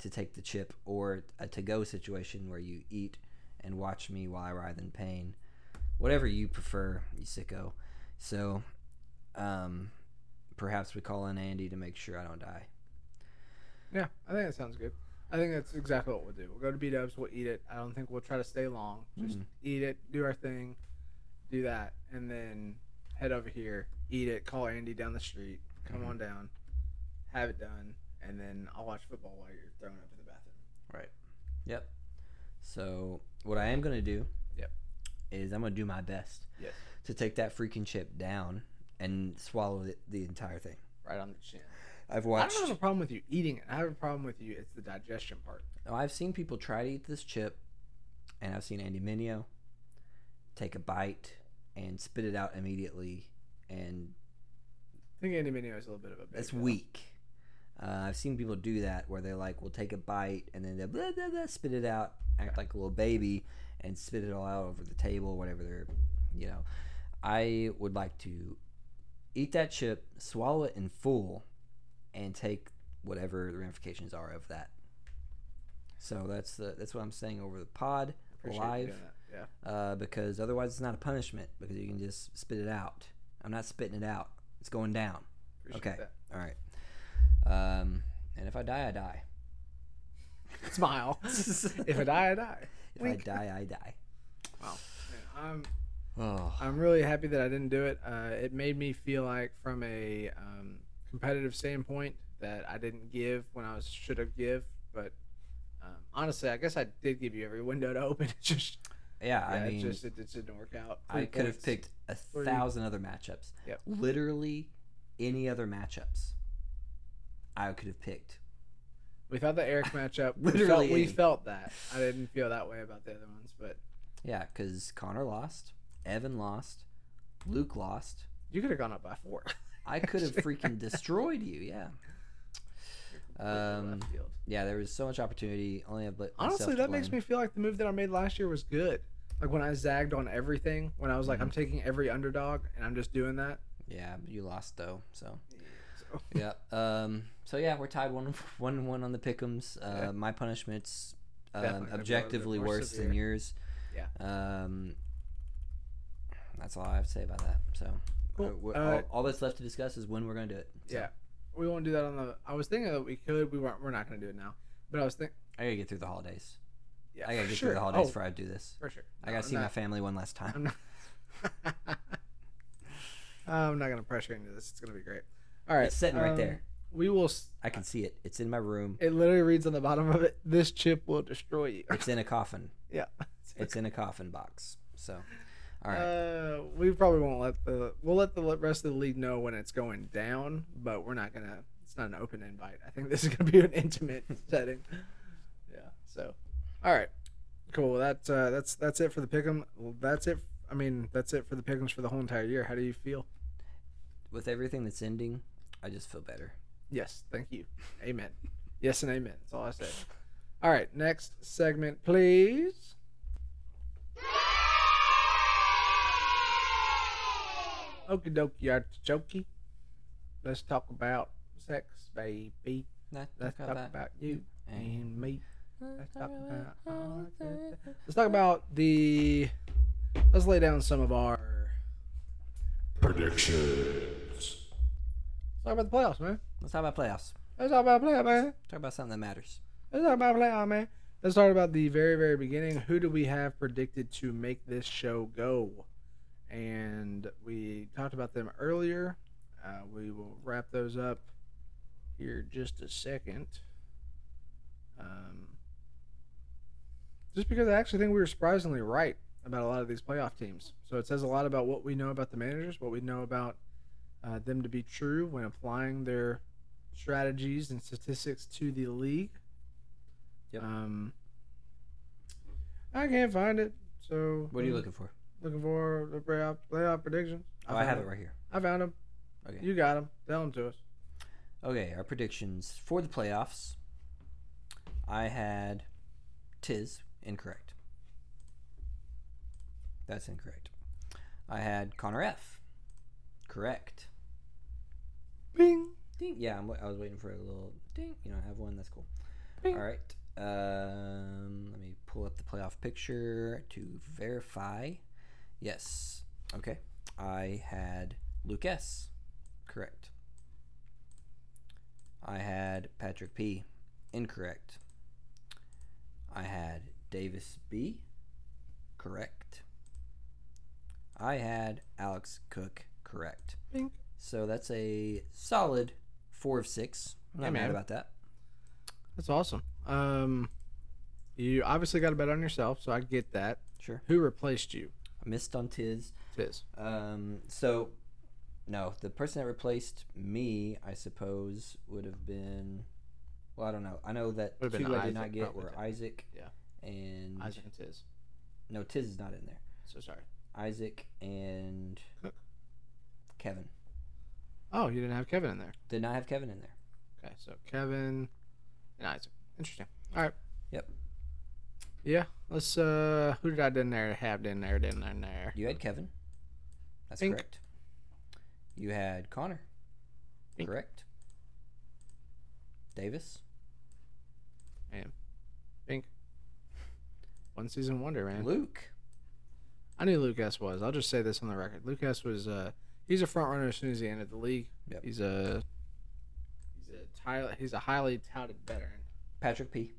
Speaker 2: to take the chip, or a to go situation where you eat and watch me while I writhe in pain, whatever you prefer, you sicko. So, um, perhaps we call in Andy to make sure I don't die.
Speaker 1: Yeah, I think that sounds good. I think that's exactly what we'll do. We'll go to B Dubs. We'll eat it. I don't think we'll try to stay long. Just
Speaker 2: Mhm.
Speaker 1: eat it, do our thing, do that, and then head over here, eat it, call Andy down the street, come
Speaker 2: Mm-hmm.
Speaker 1: on down, have it done, and then I'll watch football while you're throwing up in the bathroom.
Speaker 2: Yep. So what I am gonna do,
Speaker 1: Yep.
Speaker 2: is I'm gonna do my best
Speaker 1: Yes.
Speaker 2: to take that freaking chip down and swallow it, the entire thing.
Speaker 1: Right on the chin.
Speaker 2: I've
Speaker 1: I
Speaker 2: watched.
Speaker 1: don't have a problem with you eating it. I have a problem with you. It's the digestion part.
Speaker 2: Oh, I've seen people try to eat this chip, and I've seen Andy Minio take a bite and spit it out immediately, and
Speaker 1: I think Andy Minio is a little bit of a. big
Speaker 2: That's
Speaker 1: deal.
Speaker 2: weak. Uh, I've seen people do that where they like will take a bite and then they blah, blah, blah, spit it out, act like a little baby, and spit it all out over the table, whatever they're, you know. I would like to eat that chip, swallow it in full, and take whatever the ramifications are of that. So that's the that's what I'm saying over the pod
Speaker 1: Appreciate you
Speaker 2: live
Speaker 1: doing that. Yeah.
Speaker 2: uh, because otherwise it's not a punishment because you can just spit it out. I'm not spitting it out. It's going down.
Speaker 1: Appreciate
Speaker 2: Okay.
Speaker 1: that.
Speaker 2: All right. Um, and if I die, I die.
Speaker 1: Smile. if
Speaker 2: if
Speaker 1: I die, I die.
Speaker 2: I
Speaker 1: Wink.
Speaker 2: die, I die.
Speaker 1: Yeah, I'm
Speaker 2: Oh,
Speaker 1: I'm really happy that I didn't do it. Uh, it made me feel like from a um, competitive standpoint that I didn't give when I was should have give, but um, honestly, I guess I did give you every window to open. It just
Speaker 2: yeah.
Speaker 1: yeah,
Speaker 2: I
Speaker 1: it
Speaker 2: mean,
Speaker 1: just it, just didn't work out.
Speaker 2: I
Speaker 1: Three
Speaker 2: could have
Speaker 1: points.
Speaker 2: picked a
Speaker 1: Three.
Speaker 2: thousand other matchups.
Speaker 1: Yep.
Speaker 2: Literally, any other matchups, I could have picked.
Speaker 1: without the Eric matchup. we felt,
Speaker 2: Literally
Speaker 1: we
Speaker 2: any.
Speaker 1: felt that. I didn't feel that way about the other ones, but
Speaker 2: Yeah, because Connor lost, Evan lost, Luke lost.
Speaker 1: you could have gone up by four.
Speaker 2: I could have freaking destroyed you. Yeah. Um,
Speaker 1: Left field.
Speaker 2: yeah, there was so much opportunity. Only have but
Speaker 1: Honestly, that makes me feel like the move that I made last year was good. Like when I zagged on everything, when I was like, I'm
Speaker 2: Mm-hmm.
Speaker 1: taking every underdog and I'm just doing that.
Speaker 2: Yeah, but you lost though, so.
Speaker 1: So,
Speaker 2: yeah. Um. So yeah, we're tied one one one on the pickems. Uh,
Speaker 1: Yeah.
Speaker 2: My punishment's
Speaker 1: Definitely gonna
Speaker 2: um,
Speaker 1: be a little bit
Speaker 2: objectively
Speaker 1: more
Speaker 2: worse than
Speaker 1: severe.
Speaker 2: yours.
Speaker 1: Yeah.
Speaker 2: Um. That's all I have to say about that. So.
Speaker 1: Cool.
Speaker 2: uh, we're-
Speaker 1: Uh,
Speaker 2: all, all that's left to discuss is when we're gonna do it. So,
Speaker 1: yeah, we won't do that on the. I was thinking that we could. We weren't. We're not going to do it now. But I was thinking.
Speaker 2: I gotta get through the holidays.
Speaker 1: Yeah,
Speaker 2: I gotta
Speaker 1: for
Speaker 2: get
Speaker 1: sure.
Speaker 2: through the holidays
Speaker 1: Oh,
Speaker 2: before I do this.
Speaker 1: for sure.
Speaker 2: I gotta see my family one last time.
Speaker 1: I'm not, I'm not going to pressure you into this. It's going to be great. All right,
Speaker 2: it's sitting right
Speaker 1: um,
Speaker 2: there.
Speaker 1: We will. s-
Speaker 2: I can see it. It's in my room.
Speaker 1: It literally reads on the bottom of it. This chip will destroy you.
Speaker 2: It's in a coffin.
Speaker 1: yeah.
Speaker 2: It's in a coffin box. So, All right.
Speaker 1: Uh, we probably won't let the we'll let the le- rest of the league know when it's going down, but we're not gonna. It's not an open invite. I think this is gonna be an intimate setting. Yeah. So, all right, cool. That's uh, that's that's it for the pick'em. Well, that's it. I mean, that's it for the pick'ems for the whole entire year. How do you feel?
Speaker 2: With everything that's ending, I just feel better.
Speaker 1: Yes. Thank you. Amen. Yes and amen. That's all I say. All right. Next segment, please. Okie dokie, artichokey. Let's talk about sex, baby.
Speaker 2: Let's,
Speaker 1: Let's talk about, you
Speaker 2: and
Speaker 1: and me. Let's talk about all the good thi- Let's talk about the. Let's lay down some of our
Speaker 3: Predictions.
Speaker 1: Let's talk about the playoffs, man.
Speaker 2: Let's talk about playoffs.
Speaker 1: Let's talk about playoff, man.
Speaker 2: Talk about something that matters.
Speaker 1: Let's talk about playoff, man. Let's talk about the very, very beginning. Who do we have predicted to make this show go? And we talked about them earlier. Uh, we will wrap those up here just a second. Um, just because I actually think we were surprisingly right about a lot of these playoff teams. So it says a lot about what we know about the managers, what we know about uh, them to be true when applying their strategies and statistics to the league.
Speaker 2: Yep.
Speaker 1: Um, I can't find it. So
Speaker 2: What are you looking for?
Speaker 1: looking for? The playoff playoff predictions.
Speaker 2: Oh, I
Speaker 1: found
Speaker 2: have it
Speaker 1: them.
Speaker 2: right here.
Speaker 1: I found them.
Speaker 2: Okay.
Speaker 1: You got them. Tell them to us.
Speaker 2: Okay, our predictions for the playoffs. I had Tiz incorrect. That's incorrect. I had Connor F. Correct.
Speaker 1: Bing.
Speaker 2: Ding. Yeah, I'm, wa- I was waiting for a little ding. You don't have one. That's cool.
Speaker 1: Bing.
Speaker 2: All right. Um, let me pull up the playoff picture to verify. Yes. Okay. I had Luke S. Correct. I had Patrick P. Incorrect. I had Davis B. Correct. I had Alex Cook. Correct.
Speaker 1: Bing.
Speaker 2: So that's a solid four of six. I'm not
Speaker 1: Hey, man.
Speaker 2: mad about that.
Speaker 1: That's awesome. Um, you obviously got a bet on yourself, so I get that.
Speaker 2: Sure.
Speaker 1: Who replaced you?
Speaker 2: I missed on Tiz.
Speaker 1: Tiz.
Speaker 2: Um, so, no, the person that replaced me, I suppose, would have been. Well, I don't know. I know that
Speaker 1: Would've been
Speaker 2: two I did
Speaker 1: Isaac,
Speaker 2: not get
Speaker 1: probably,
Speaker 2: were
Speaker 1: too.
Speaker 2: Isaac.
Speaker 1: Yeah.
Speaker 2: And
Speaker 1: Isaac and Tiz.
Speaker 2: no, Tiz is not in there.
Speaker 1: So sorry.
Speaker 2: Isaac and
Speaker 1: Cook.
Speaker 2: Kevin.
Speaker 1: Oh, you didn't have Kevin in there.
Speaker 2: Did not have Kevin in there.
Speaker 1: Okay, so Kevin and Isaac. Interesting. All right.
Speaker 2: Yep.
Speaker 1: Yeah. Let's. Uh, who did I didn't there have in there? Didn't in there?
Speaker 2: You had Kevin. That's
Speaker 1: Ink.
Speaker 2: correct. You had Connor.
Speaker 1: Ink.
Speaker 2: Correct. Davis.
Speaker 1: One season wonder, man.
Speaker 2: Luke.
Speaker 1: I knew Lucas was. I'll just say this on the record. Lucas was uh he's a front runner as soon as he entered the league.
Speaker 2: Yep.
Speaker 1: He's a he's a ti- he's a highly touted veteran.
Speaker 2: Patrick P.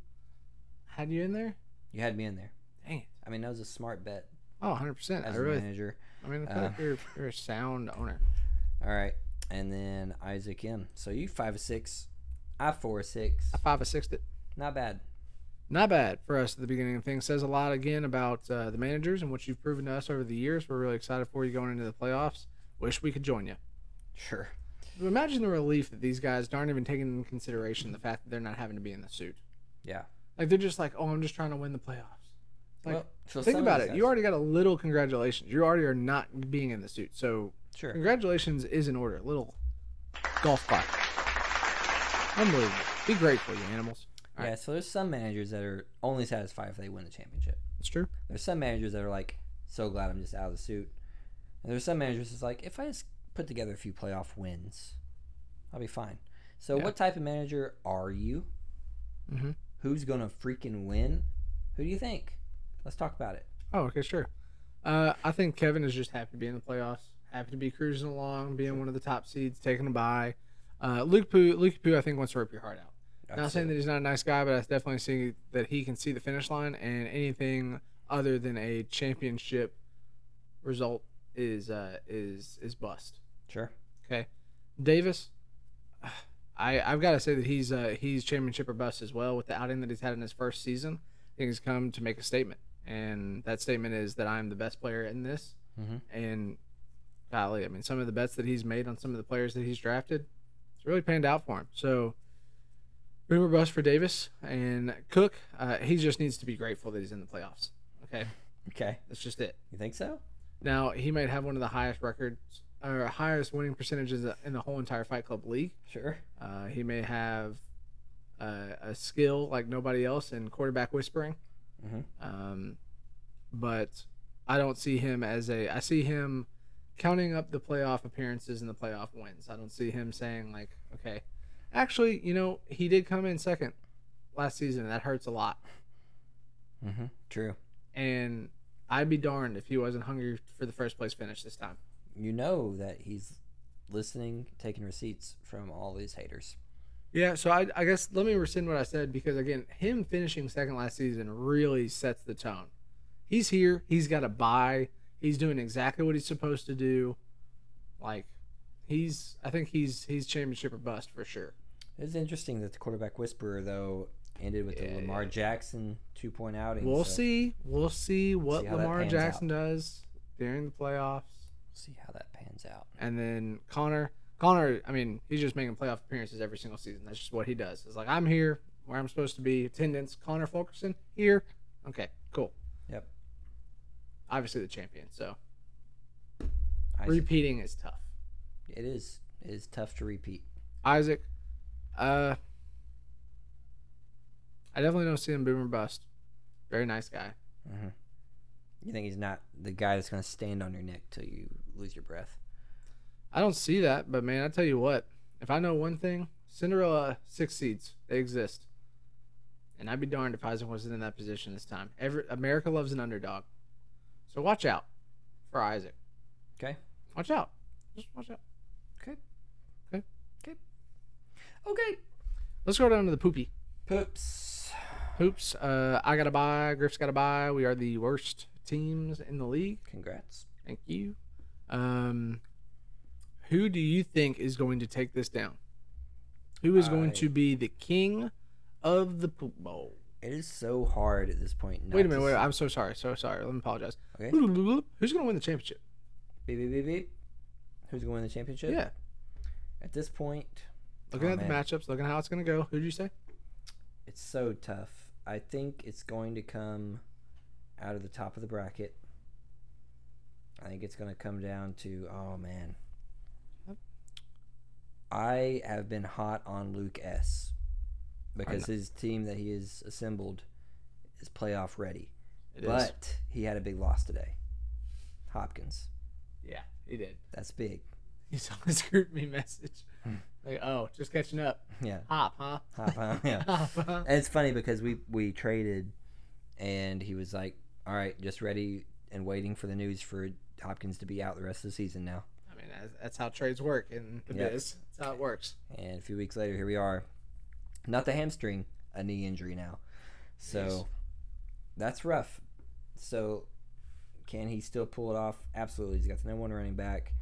Speaker 1: Had you in there?
Speaker 2: You had me in there.
Speaker 1: Dang it.
Speaker 2: I mean, that was a smart bet
Speaker 1: Oh, 100%.
Speaker 2: as
Speaker 1: I
Speaker 2: a
Speaker 1: really
Speaker 2: manager.
Speaker 1: I mean, I feel
Speaker 2: uh,
Speaker 1: like you're, you're a sound owner.
Speaker 2: All right. And then Isaac M. So you five or six. I four or six.
Speaker 1: I 5 a 6 it.
Speaker 2: Not bad.
Speaker 1: Not bad for us at the beginning of things. Says a lot again about uh, the managers and what you've proven to us over the years. We're really excited for you going into the playoffs. Wish we could join you.
Speaker 2: Sure.
Speaker 1: Imagine the relief that these guys aren't even taking into consideration the fact that they're not having to be in the suit.
Speaker 2: Yeah.
Speaker 1: Like they're just like, oh, I'm just trying to win the playoffs. Like,
Speaker 2: well, so
Speaker 1: Think
Speaker 2: some of
Speaker 1: about
Speaker 2: these
Speaker 1: it. You
Speaker 2: guys-
Speaker 1: already got a little congratulations. You already are not being in the suit. So
Speaker 2: sure.
Speaker 1: congratulations is in order. Little golf clap. Unbelievable. Be grateful, you animals. All right.
Speaker 2: Yeah. So there's some managers that are only satisfied if they win the championship.
Speaker 1: It's true.
Speaker 2: There's some managers that are like, so glad I'm just out of the suit. And there's some managers that's like, if I just put together a few playoff wins, I'll be fine. So
Speaker 1: Yeah.
Speaker 2: what type of manager are you?
Speaker 1: Mhm.
Speaker 2: Who's gonna freaking win? Who do you think? Let's talk about it.
Speaker 1: Oh, okay, sure. Uh, I think Kevin is just happy to be in the playoffs, happy to be cruising along, being one of the top seeds, taking a bye. Uh, Luke Poo, Luke Poo, I think wants to rip your heart out. Not saying that he's not a nice guy, but I definitely see that he can see the finish line, and anything other than a championship result is uh, is is bust.
Speaker 2: Sure.
Speaker 1: Davis, I I've got to say that he's uh, he's championship or bust as well with the outing that he's had in his first season. I think he's come to make a statement, and that statement is that I'm the best player in this,
Speaker 2: Mhm.
Speaker 1: And golly, I mean, some of the bets that he's made on some of the players that he's drafted, it's really panned out for him. So, boomer bust for Davis and Cook. Uh, he just needs to be grateful that he's in the playoffs. Okay,
Speaker 2: Okay.
Speaker 1: that's just it.
Speaker 2: You think so?
Speaker 1: Now he might have one of the highest records or highest winning percentages in the whole entire Fight Club league.
Speaker 2: Sure.
Speaker 1: Uh, he may have uh, a skill like nobody else in quarterback whispering.
Speaker 2: Mhm.
Speaker 1: Um, but I don't see him as a. I see him counting up the playoff appearances and the playoff wins. I don't see him saying like, okay, actually, you know, he did come in second last season, and that hurts a lot.
Speaker 2: Mm-hmm. True.
Speaker 1: And I'd be darned if he wasn't hungry for the first place finish this time.
Speaker 2: You know that he's listening, taking receipts from all these haters.
Speaker 1: Yeah, so I, I guess let me rescind what I said because again, him finishing second last season really sets the tone. He's here. He's got a buy. He's doing exactly what he's supposed to do. Like, he's I think he's he's championship or bust for sure.
Speaker 2: It's interesting that the quarterback whisperer though ended with
Speaker 1: Yeah,
Speaker 2: the Lamar Jackson two point outing.
Speaker 1: We'll
Speaker 2: so
Speaker 1: see. We'll see what
Speaker 2: See how that
Speaker 1: Lamar
Speaker 2: pans
Speaker 1: Jackson does during the playoffs,
Speaker 2: see how that pans out.
Speaker 1: and then Connor. Connor, I mean, he's just making playoff appearances every single season. That's just what he does. It's like I'm here where I'm supposed to be. Attendance. Connor Fulkerson here. Okay, cool.
Speaker 2: Yep.
Speaker 1: obviously the champion. So
Speaker 2: Isaac,
Speaker 1: repeating is tough.
Speaker 2: it is it is tough to repeat.
Speaker 1: Isaac, uh, I definitely don't see him boomer bust. Very nice guy.
Speaker 2: Mm-hmm. You think he's not the guy that's gonna stand on your neck till you lose your breath?
Speaker 1: I don't see that, but man, I tell you what, if I know one thing, Cinderella six seeds they exist, and I'd be darned if Isaac wasn't in that position this time. Every America loves an underdog, so watch out for Isaac.
Speaker 2: Okay.
Speaker 1: Watch out. Just watch out.
Speaker 2: Okay.
Speaker 1: Okay.
Speaker 2: Okay. Okay.
Speaker 1: Let's go down to the poopy.
Speaker 2: Poops.
Speaker 1: Hoops. Uh, I gotta buy. Griff's gotta buy. We are the worst teams in the league.
Speaker 2: Congrats.
Speaker 1: Thank you. Um, who do you think is going to take this down? Who is going
Speaker 2: I-
Speaker 1: to be the king of the poop bowl?
Speaker 2: It is so hard at this point. Not
Speaker 1: Wait a minute.
Speaker 2: to
Speaker 1: Wait,
Speaker 2: s-
Speaker 1: I'm so sorry. So sorry. Let me apologize.
Speaker 2: Okay.
Speaker 1: Who's going to win the championship?
Speaker 2: Beep, beep, beep, beep. Who's going to win the championship?
Speaker 1: Yeah.
Speaker 2: At this point,
Speaker 1: Looking
Speaker 2: Oh,
Speaker 1: at the
Speaker 2: man.
Speaker 1: matchups, looking at how it's going to go. Who did you say?
Speaker 2: it's so tough. I think it's going to come out of the top of the bracket. I think it's going to come down to oh man. I have been hot on Luke S because his team that he has assembled is playoff ready.
Speaker 1: It is.
Speaker 2: but he had a big loss today. Hopkins.
Speaker 1: Yeah, he did.
Speaker 2: That's big.
Speaker 1: He saw his group me message.
Speaker 2: Hmm.
Speaker 1: like, oh, just catching up.
Speaker 2: Yeah.
Speaker 1: Hop, huh?
Speaker 2: Hop on. Yeah.
Speaker 1: Hop, huh?
Speaker 2: And it's funny because we we traded, and he was like, "All right, just ready and waiting for the news for Hopkins to be out the rest of the season now."
Speaker 1: I mean, that's, that's how trades work in the
Speaker 2: Yeah.
Speaker 1: biz. That's how it works.
Speaker 2: And a few weeks later, here we are. Not the hamstring, a knee injury now. So
Speaker 1: Jeez.
Speaker 2: that's rough. So can he still pull it off? Absolutely. He's got no one running back.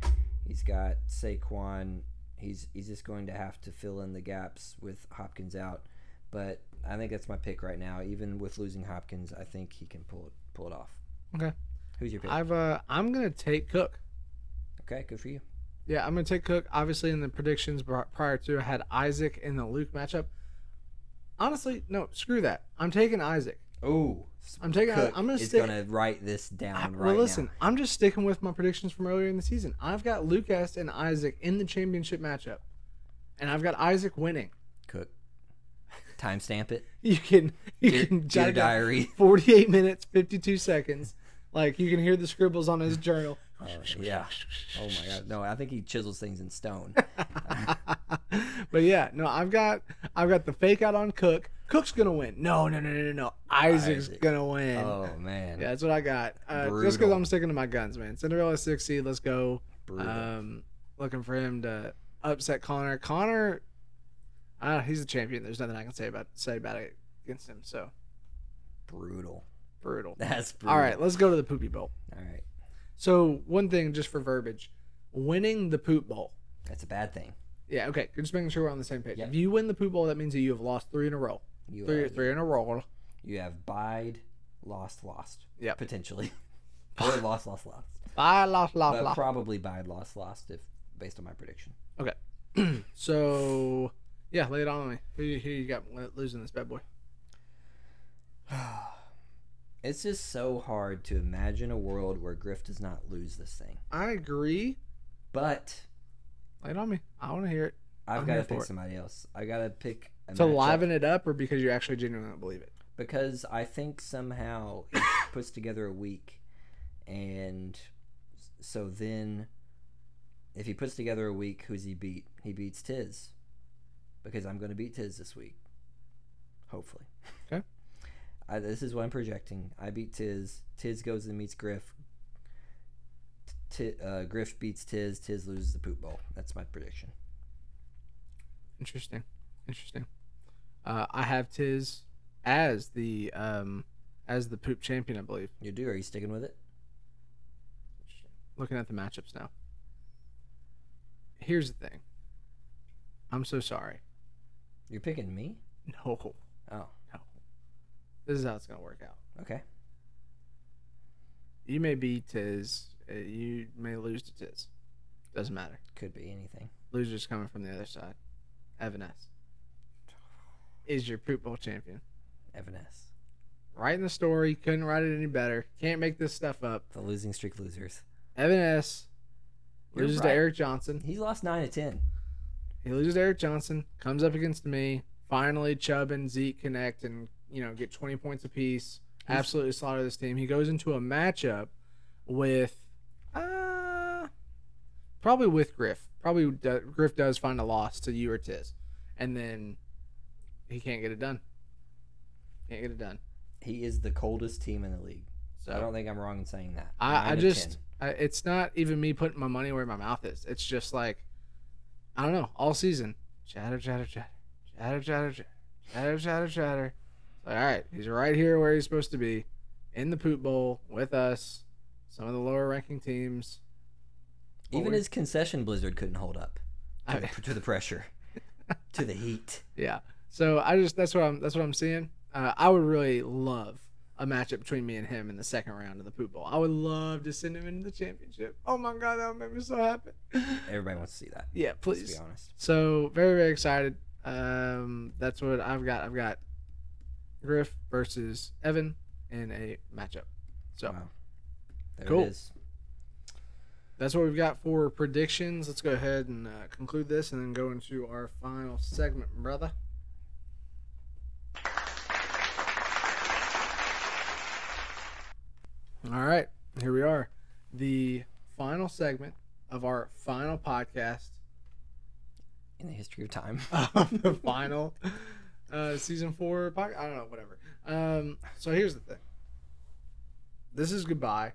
Speaker 2: He's got Saquon. He's he's just going to have to fill in the gaps with Hopkins out. But I think that's my pick right now. Even with losing Hopkins, I think he can pull it pull it off.
Speaker 1: Okay.
Speaker 2: Who's your pick?
Speaker 1: I've uh, I'm gonna take Cook.
Speaker 2: okay, good for you.
Speaker 1: Yeah, I'm gonna take Cook. Obviously, in the predictions br- prior to, I had Isaac in the Luke matchup. Honestly, no, screw that. I'm taking Isaac.
Speaker 2: Oh,
Speaker 1: I'm taking. I'm gonna
Speaker 2: is
Speaker 1: stick.
Speaker 2: gonna write this down
Speaker 1: I-
Speaker 2: right
Speaker 1: well, listen,
Speaker 2: now.
Speaker 1: I'm just sticking with my predictions from earlier in the season. I've got Lucas and Isaac in the championship matchup, and I've got Isaac winning.
Speaker 2: Cook. Timestamp it.
Speaker 1: You can you
Speaker 2: Dear,
Speaker 1: can
Speaker 2: dear
Speaker 1: jot it down.
Speaker 2: diary.
Speaker 1: 48 minutes 52 seconds. Like you can hear the scribbles on his journal.
Speaker 2: Oh, yeah. Oh my god. No, I think he chisels things in stone.
Speaker 1: but yeah, no, I've got I've got the fake out on Cook. Cook's gonna win. No, no, no, no, no, no. Isaac's
Speaker 2: Isaac.
Speaker 1: gonna win.
Speaker 2: oh man.
Speaker 1: Yeah, that's what I got. Uh, just because
Speaker 2: Brutal.
Speaker 1: I'm sticking to my guns, man. Cinderella six seed. Let's go.
Speaker 2: Brutal.
Speaker 1: Um, looking for him to upset Connor. Connor, uh, he's the champion. There's nothing I can say about say about it against him. So
Speaker 2: brutal.
Speaker 1: brutal.
Speaker 2: That's brutal.
Speaker 1: All right, let's go to the poopy bowl.
Speaker 2: All right.
Speaker 1: So one thing just for verbiage, winning the poop bowl.
Speaker 2: That's a bad thing.
Speaker 1: Yeah, okay. Just making sure we're on the same page.
Speaker 2: Yep.
Speaker 1: If you win the poop bowl, that means that you have lost three in a row.
Speaker 2: You
Speaker 1: Three,
Speaker 2: have,
Speaker 1: three in a row.
Speaker 2: you have bide, lost, lost.
Speaker 1: Yep.
Speaker 2: Potentially. or lost, lost, lost.
Speaker 1: I lost, lost,
Speaker 2: but
Speaker 1: lost.
Speaker 2: probably by loss lost if based on my prediction.
Speaker 1: So, yeah, lay it on me. Who you, who you got losing this bad boy?
Speaker 2: It's just so hard to imagine a world where Griff does not lose this thing.
Speaker 1: I agree.
Speaker 2: But
Speaker 1: Lay it on me. I want to hear it.
Speaker 2: I've
Speaker 1: I'm
Speaker 2: got to
Speaker 1: here for
Speaker 2: pick
Speaker 1: it.
Speaker 2: somebody else. I got to pick a
Speaker 1: To
Speaker 2: matchup
Speaker 1: liven it up or because you actually genuinely don't believe it?
Speaker 2: because I think somehow he puts together a week, and so then if he puts together a week, who's he beat? He beats Tiz because I'm going to beat Tiz this week, hopefully.
Speaker 1: Okay.
Speaker 2: I, this is what I'm projecting. I beat Tiz. Tiz goes and meets Griff. T- uh, Griff beats Tiz. Tiz loses the poop bowl. That's my prediction.
Speaker 1: Interesting. Interesting. Uh, I have Tiz as the um as the poop champion, I believe.
Speaker 2: You do? Are you sticking with it?
Speaker 1: Looking at the matchups now. Here's the thing. I'm so sorry.
Speaker 2: You're picking me?
Speaker 1: No.
Speaker 2: Oh,
Speaker 1: This is how it's gonna work out.
Speaker 2: okay.
Speaker 1: You may be Tiz. uh, You may lose to Tiz. Doesn't matter.
Speaker 2: Could be anything.
Speaker 1: Loser's coming from the other side. Evan S. Is your poop bowl champion.
Speaker 2: Evan S.
Speaker 1: Writing the story, couldn't write it any better. Can't make this stuff up.
Speaker 2: The losing streak losers.
Speaker 1: Evan S.
Speaker 2: You're
Speaker 1: Loses
Speaker 2: right.
Speaker 1: to Eric Johnson.
Speaker 2: He lost nine to ten.
Speaker 1: He loses to Eric Johnson. Comes up against me. Finally, Chubb and Zeke connect and you know get 20 points apiece.
Speaker 2: He's-
Speaker 1: Absolutely slaughter this team. He goes into a matchup with, uh, probably with Griff. Probably do, Griff does find a loss to you or Tiz, and then he can't get it done. Can't get it done.
Speaker 2: He is the coldest team in the league. So I
Speaker 1: So-
Speaker 2: don't think I'm wrong in saying that. Nine
Speaker 1: I, I
Speaker 2: to
Speaker 1: just
Speaker 2: 10.
Speaker 1: I, it's not even me putting my money where my mouth is. It's just like I don't know, all season. Chatter, chatter, chatter, chatter, chatter, chatter, chatter, chatter, chatter. It's Like, all right, he's right here where he's supposed to be, in the poop bowl with us, some of the lower ranking teams. Well,
Speaker 2: even
Speaker 1: we-
Speaker 2: his concession blizzard couldn't hold up to,
Speaker 1: I-
Speaker 2: the, to the pressure, to the heat.
Speaker 1: yeah. So I just that's what I'm that's what I'm seeing. Uh, I would really love a matchup between me and him in the second round of the poop bowl. I would love to send him into the championship. Oh my god, that would make me so happy.
Speaker 2: Everybody wants to see that.
Speaker 1: Yeah,
Speaker 2: Let's
Speaker 1: please.
Speaker 2: be honest.
Speaker 1: So very very excited. Um, that's what I've got. I've got Griff versus Evan in a matchup. So
Speaker 2: Wow. There
Speaker 1: Cool.
Speaker 2: it is.
Speaker 1: that's what we've got for predictions. Let's go ahead and uh, conclude this, and then go into our final segment, brother. All right, here we are, the final segment of our final podcast
Speaker 2: In the history of time.
Speaker 1: of the final uh, season four podcast. I don't know, whatever. Um, so here's the thing. This is goodbye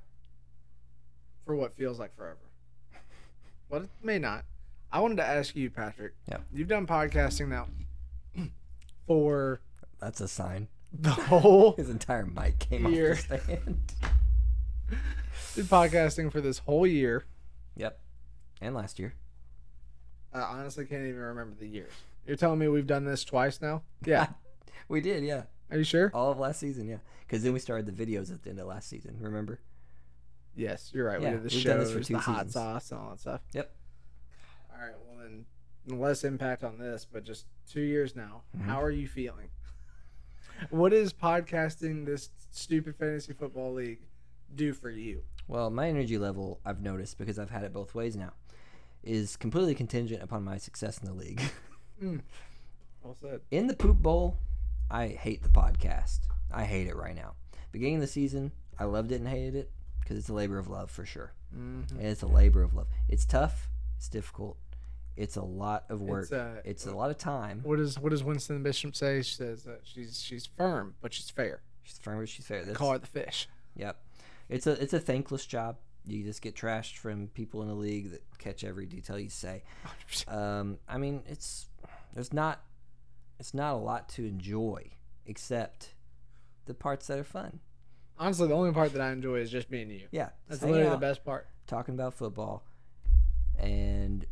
Speaker 1: for what feels like forever. What it may not. I wanted to ask you, Patrick.
Speaker 2: Yeah.
Speaker 1: You've done podcasting now for
Speaker 2: That's a sign.
Speaker 1: the whole
Speaker 2: His entire mic came
Speaker 1: Here.
Speaker 2: off the stand.
Speaker 1: did podcasting for this whole year.
Speaker 2: yep. And last year.
Speaker 1: I honestly can't even remember the years. You're telling me we've done this twice now? Yeah.
Speaker 2: We did, yeah.
Speaker 1: Are you sure?
Speaker 2: All of last season, yeah. Because then we started the videos at the end of last season, remember?
Speaker 1: Yes, you're right.
Speaker 2: Yeah,
Speaker 1: we did the
Speaker 2: we've
Speaker 1: shows,
Speaker 2: done this for two
Speaker 1: the hot
Speaker 2: seasons.
Speaker 1: sauce, and all that stuff.
Speaker 2: Yep.
Speaker 1: All right. Well, then less impact on this, but just two years now.
Speaker 2: Mhm.
Speaker 1: How are you feeling? What is podcasting this stupid fantasy football league do for you?
Speaker 2: Well, my energy level, I've noticed because I've had it both ways now, is completely contingent upon my success in the league.
Speaker 1: Well said.
Speaker 2: in the poop bowl, I hate the podcast. I hate it right now. Beginning of the season, I loved it and hated it because it's a labor of love for sure.
Speaker 1: Mm.
Speaker 2: And It's a labor of love. It's tough. It's difficult. It's a lot of work.
Speaker 1: It's, uh,
Speaker 2: it's a lot of time.
Speaker 1: What is what does Winston Bishop say? She says uh, she's she's firm, but she's fair.
Speaker 2: She's firm, but she's fair. That's-
Speaker 1: Call her the fish.
Speaker 2: Yep. It's a it's a thankless job. You just get trashed from people in the league that catch every detail you say.
Speaker 1: 100%.
Speaker 2: Um, I mean, it's there's not it's not a lot to enjoy except the parts that are fun.
Speaker 1: Honestly, the only part that I enjoy is just being you.
Speaker 2: Yeah,
Speaker 1: That's
Speaker 2: just hanging
Speaker 1: literally the
Speaker 2: out,
Speaker 1: best part.
Speaker 2: Talking about football and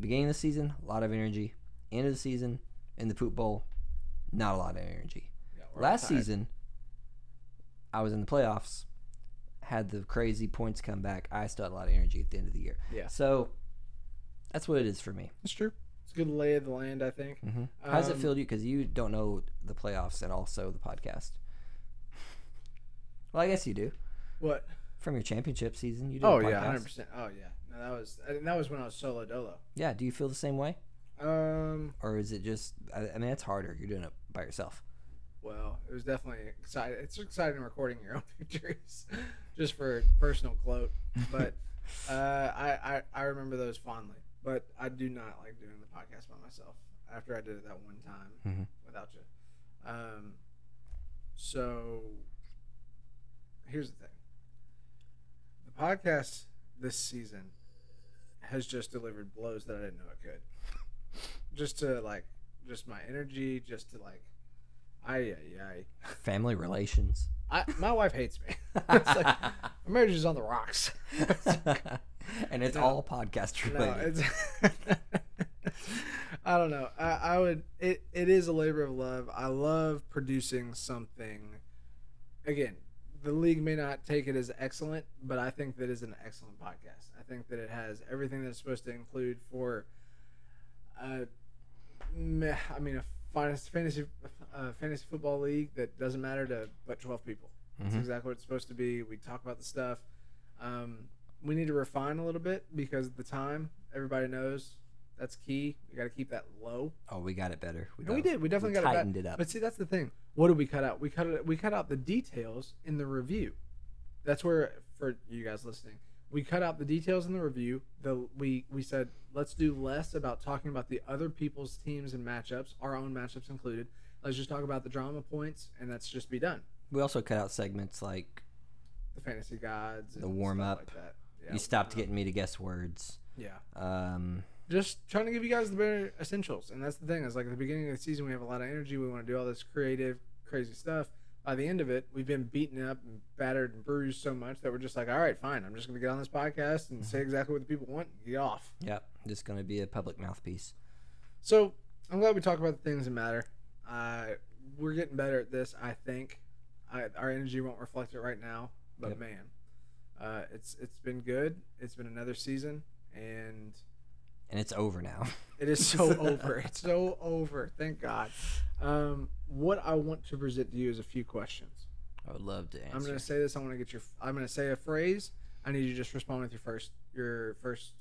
Speaker 2: beginning of the season, a lot of energy. End of the season in the poop bowl, not a lot of energy.
Speaker 1: Yeah, we're all
Speaker 2: Last
Speaker 1: tired.
Speaker 2: season, I was in the playoffs, had the crazy points come back. I still had a lot of energy at the end of the year.
Speaker 1: Yeah.
Speaker 2: So that's what it is for me.
Speaker 1: That's true. It's a good lay of the land, I think.
Speaker 2: Mm-hmm. How does it
Speaker 1: Um,
Speaker 2: feel to you? Because you don't know the playoffs and also the podcast. Well, I guess you do.
Speaker 1: What?
Speaker 2: From your championship season, you did.
Speaker 1: Oh
Speaker 2: a podcast.
Speaker 1: yeah, hundred percent. Oh yeah. No, that was and that was when I was solo dolo.
Speaker 2: Yeah. Do you feel the same way,
Speaker 1: Um.
Speaker 2: or is it just? I, I mean, it's harder. You're doing it by yourself.
Speaker 1: Well, it was definitely exciting. It's exciting recording your own victories, just for personal gloat. But uh, I, I I remember those fondly. But I do not like doing the podcast by myself. After I did it that one time
Speaker 2: Mhm.
Speaker 1: without you. Um. So here's the thing. The podcast this season has just delivered blows that I didn't know it could. Just to like, just my energy, just to like, I, I,
Speaker 2: Family relations.
Speaker 1: I, I my wife hates me. it's like, my marriage is on the rocks.
Speaker 2: and it's
Speaker 1: No.
Speaker 2: all podcast
Speaker 1: No,
Speaker 2: related.
Speaker 1: it's. I don't know. I, I would. It, it is a labor of love. I love producing something. Again, the league may not take it as excellent, but I think that is an excellent podcast. I think that it has everything that's supposed to include for. Uh, meh, I mean, a finest fantasy, uh, fantasy football league that doesn't matter to but twelve people. That's
Speaker 2: Mhm.
Speaker 1: exactly what it's supposed to be. We talk about the stuff. Um, we need to refine a little bit because the time everybody knows that's key. We got to keep that low.
Speaker 2: oh, we got it better. We,
Speaker 1: And we
Speaker 2: got-
Speaker 1: did. We definitely got it
Speaker 2: tightened it,
Speaker 1: back.
Speaker 2: up.
Speaker 1: But see, that's the thing. What did we cut out? We cut it. We cut out the details in the review. That's where for you guys listening, we cut out the details in the review. The we we said let's do less about talking about the other people's teams and matchups, our own matchups included. Let's just talk about the drama points, and that's just be done.
Speaker 2: we also cut out segments like
Speaker 1: The fantasy gods, and
Speaker 2: The
Speaker 1: stuff
Speaker 2: warm-up.
Speaker 1: like that. Yeah,
Speaker 2: you stopped
Speaker 1: warm-up.
Speaker 2: getting me to guess words.
Speaker 1: Yeah.
Speaker 2: Um,
Speaker 1: just trying to give you guys the bare essentials. And that's the thing is like at the beginning of the season, we have a lot of energy. We want to do all this creative, crazy stuff. By the end of it, we've been beaten up and battered and bruised so much that we're just like, all right, fine. I'm just going to get on this podcast and
Speaker 2: Mm-hmm.
Speaker 1: say exactly what the people want and get off.
Speaker 2: yep. Just going to be a public mouthpiece.
Speaker 1: So I'm glad we talk about the things that matter. Uh, we're getting better at this, I think. I, our energy won't reflect it right now, but
Speaker 2: Yep.
Speaker 1: man, uh, it's it's been good. It's been another season, and
Speaker 2: And it's over now.
Speaker 1: It is so over. It's so over. Thank God. Um, what I want to present to you is a few questions.
Speaker 2: I would love to answer.
Speaker 1: I'm going to say this. I want to get your. I'm going to say a phrase. I need you to just respond with your first your first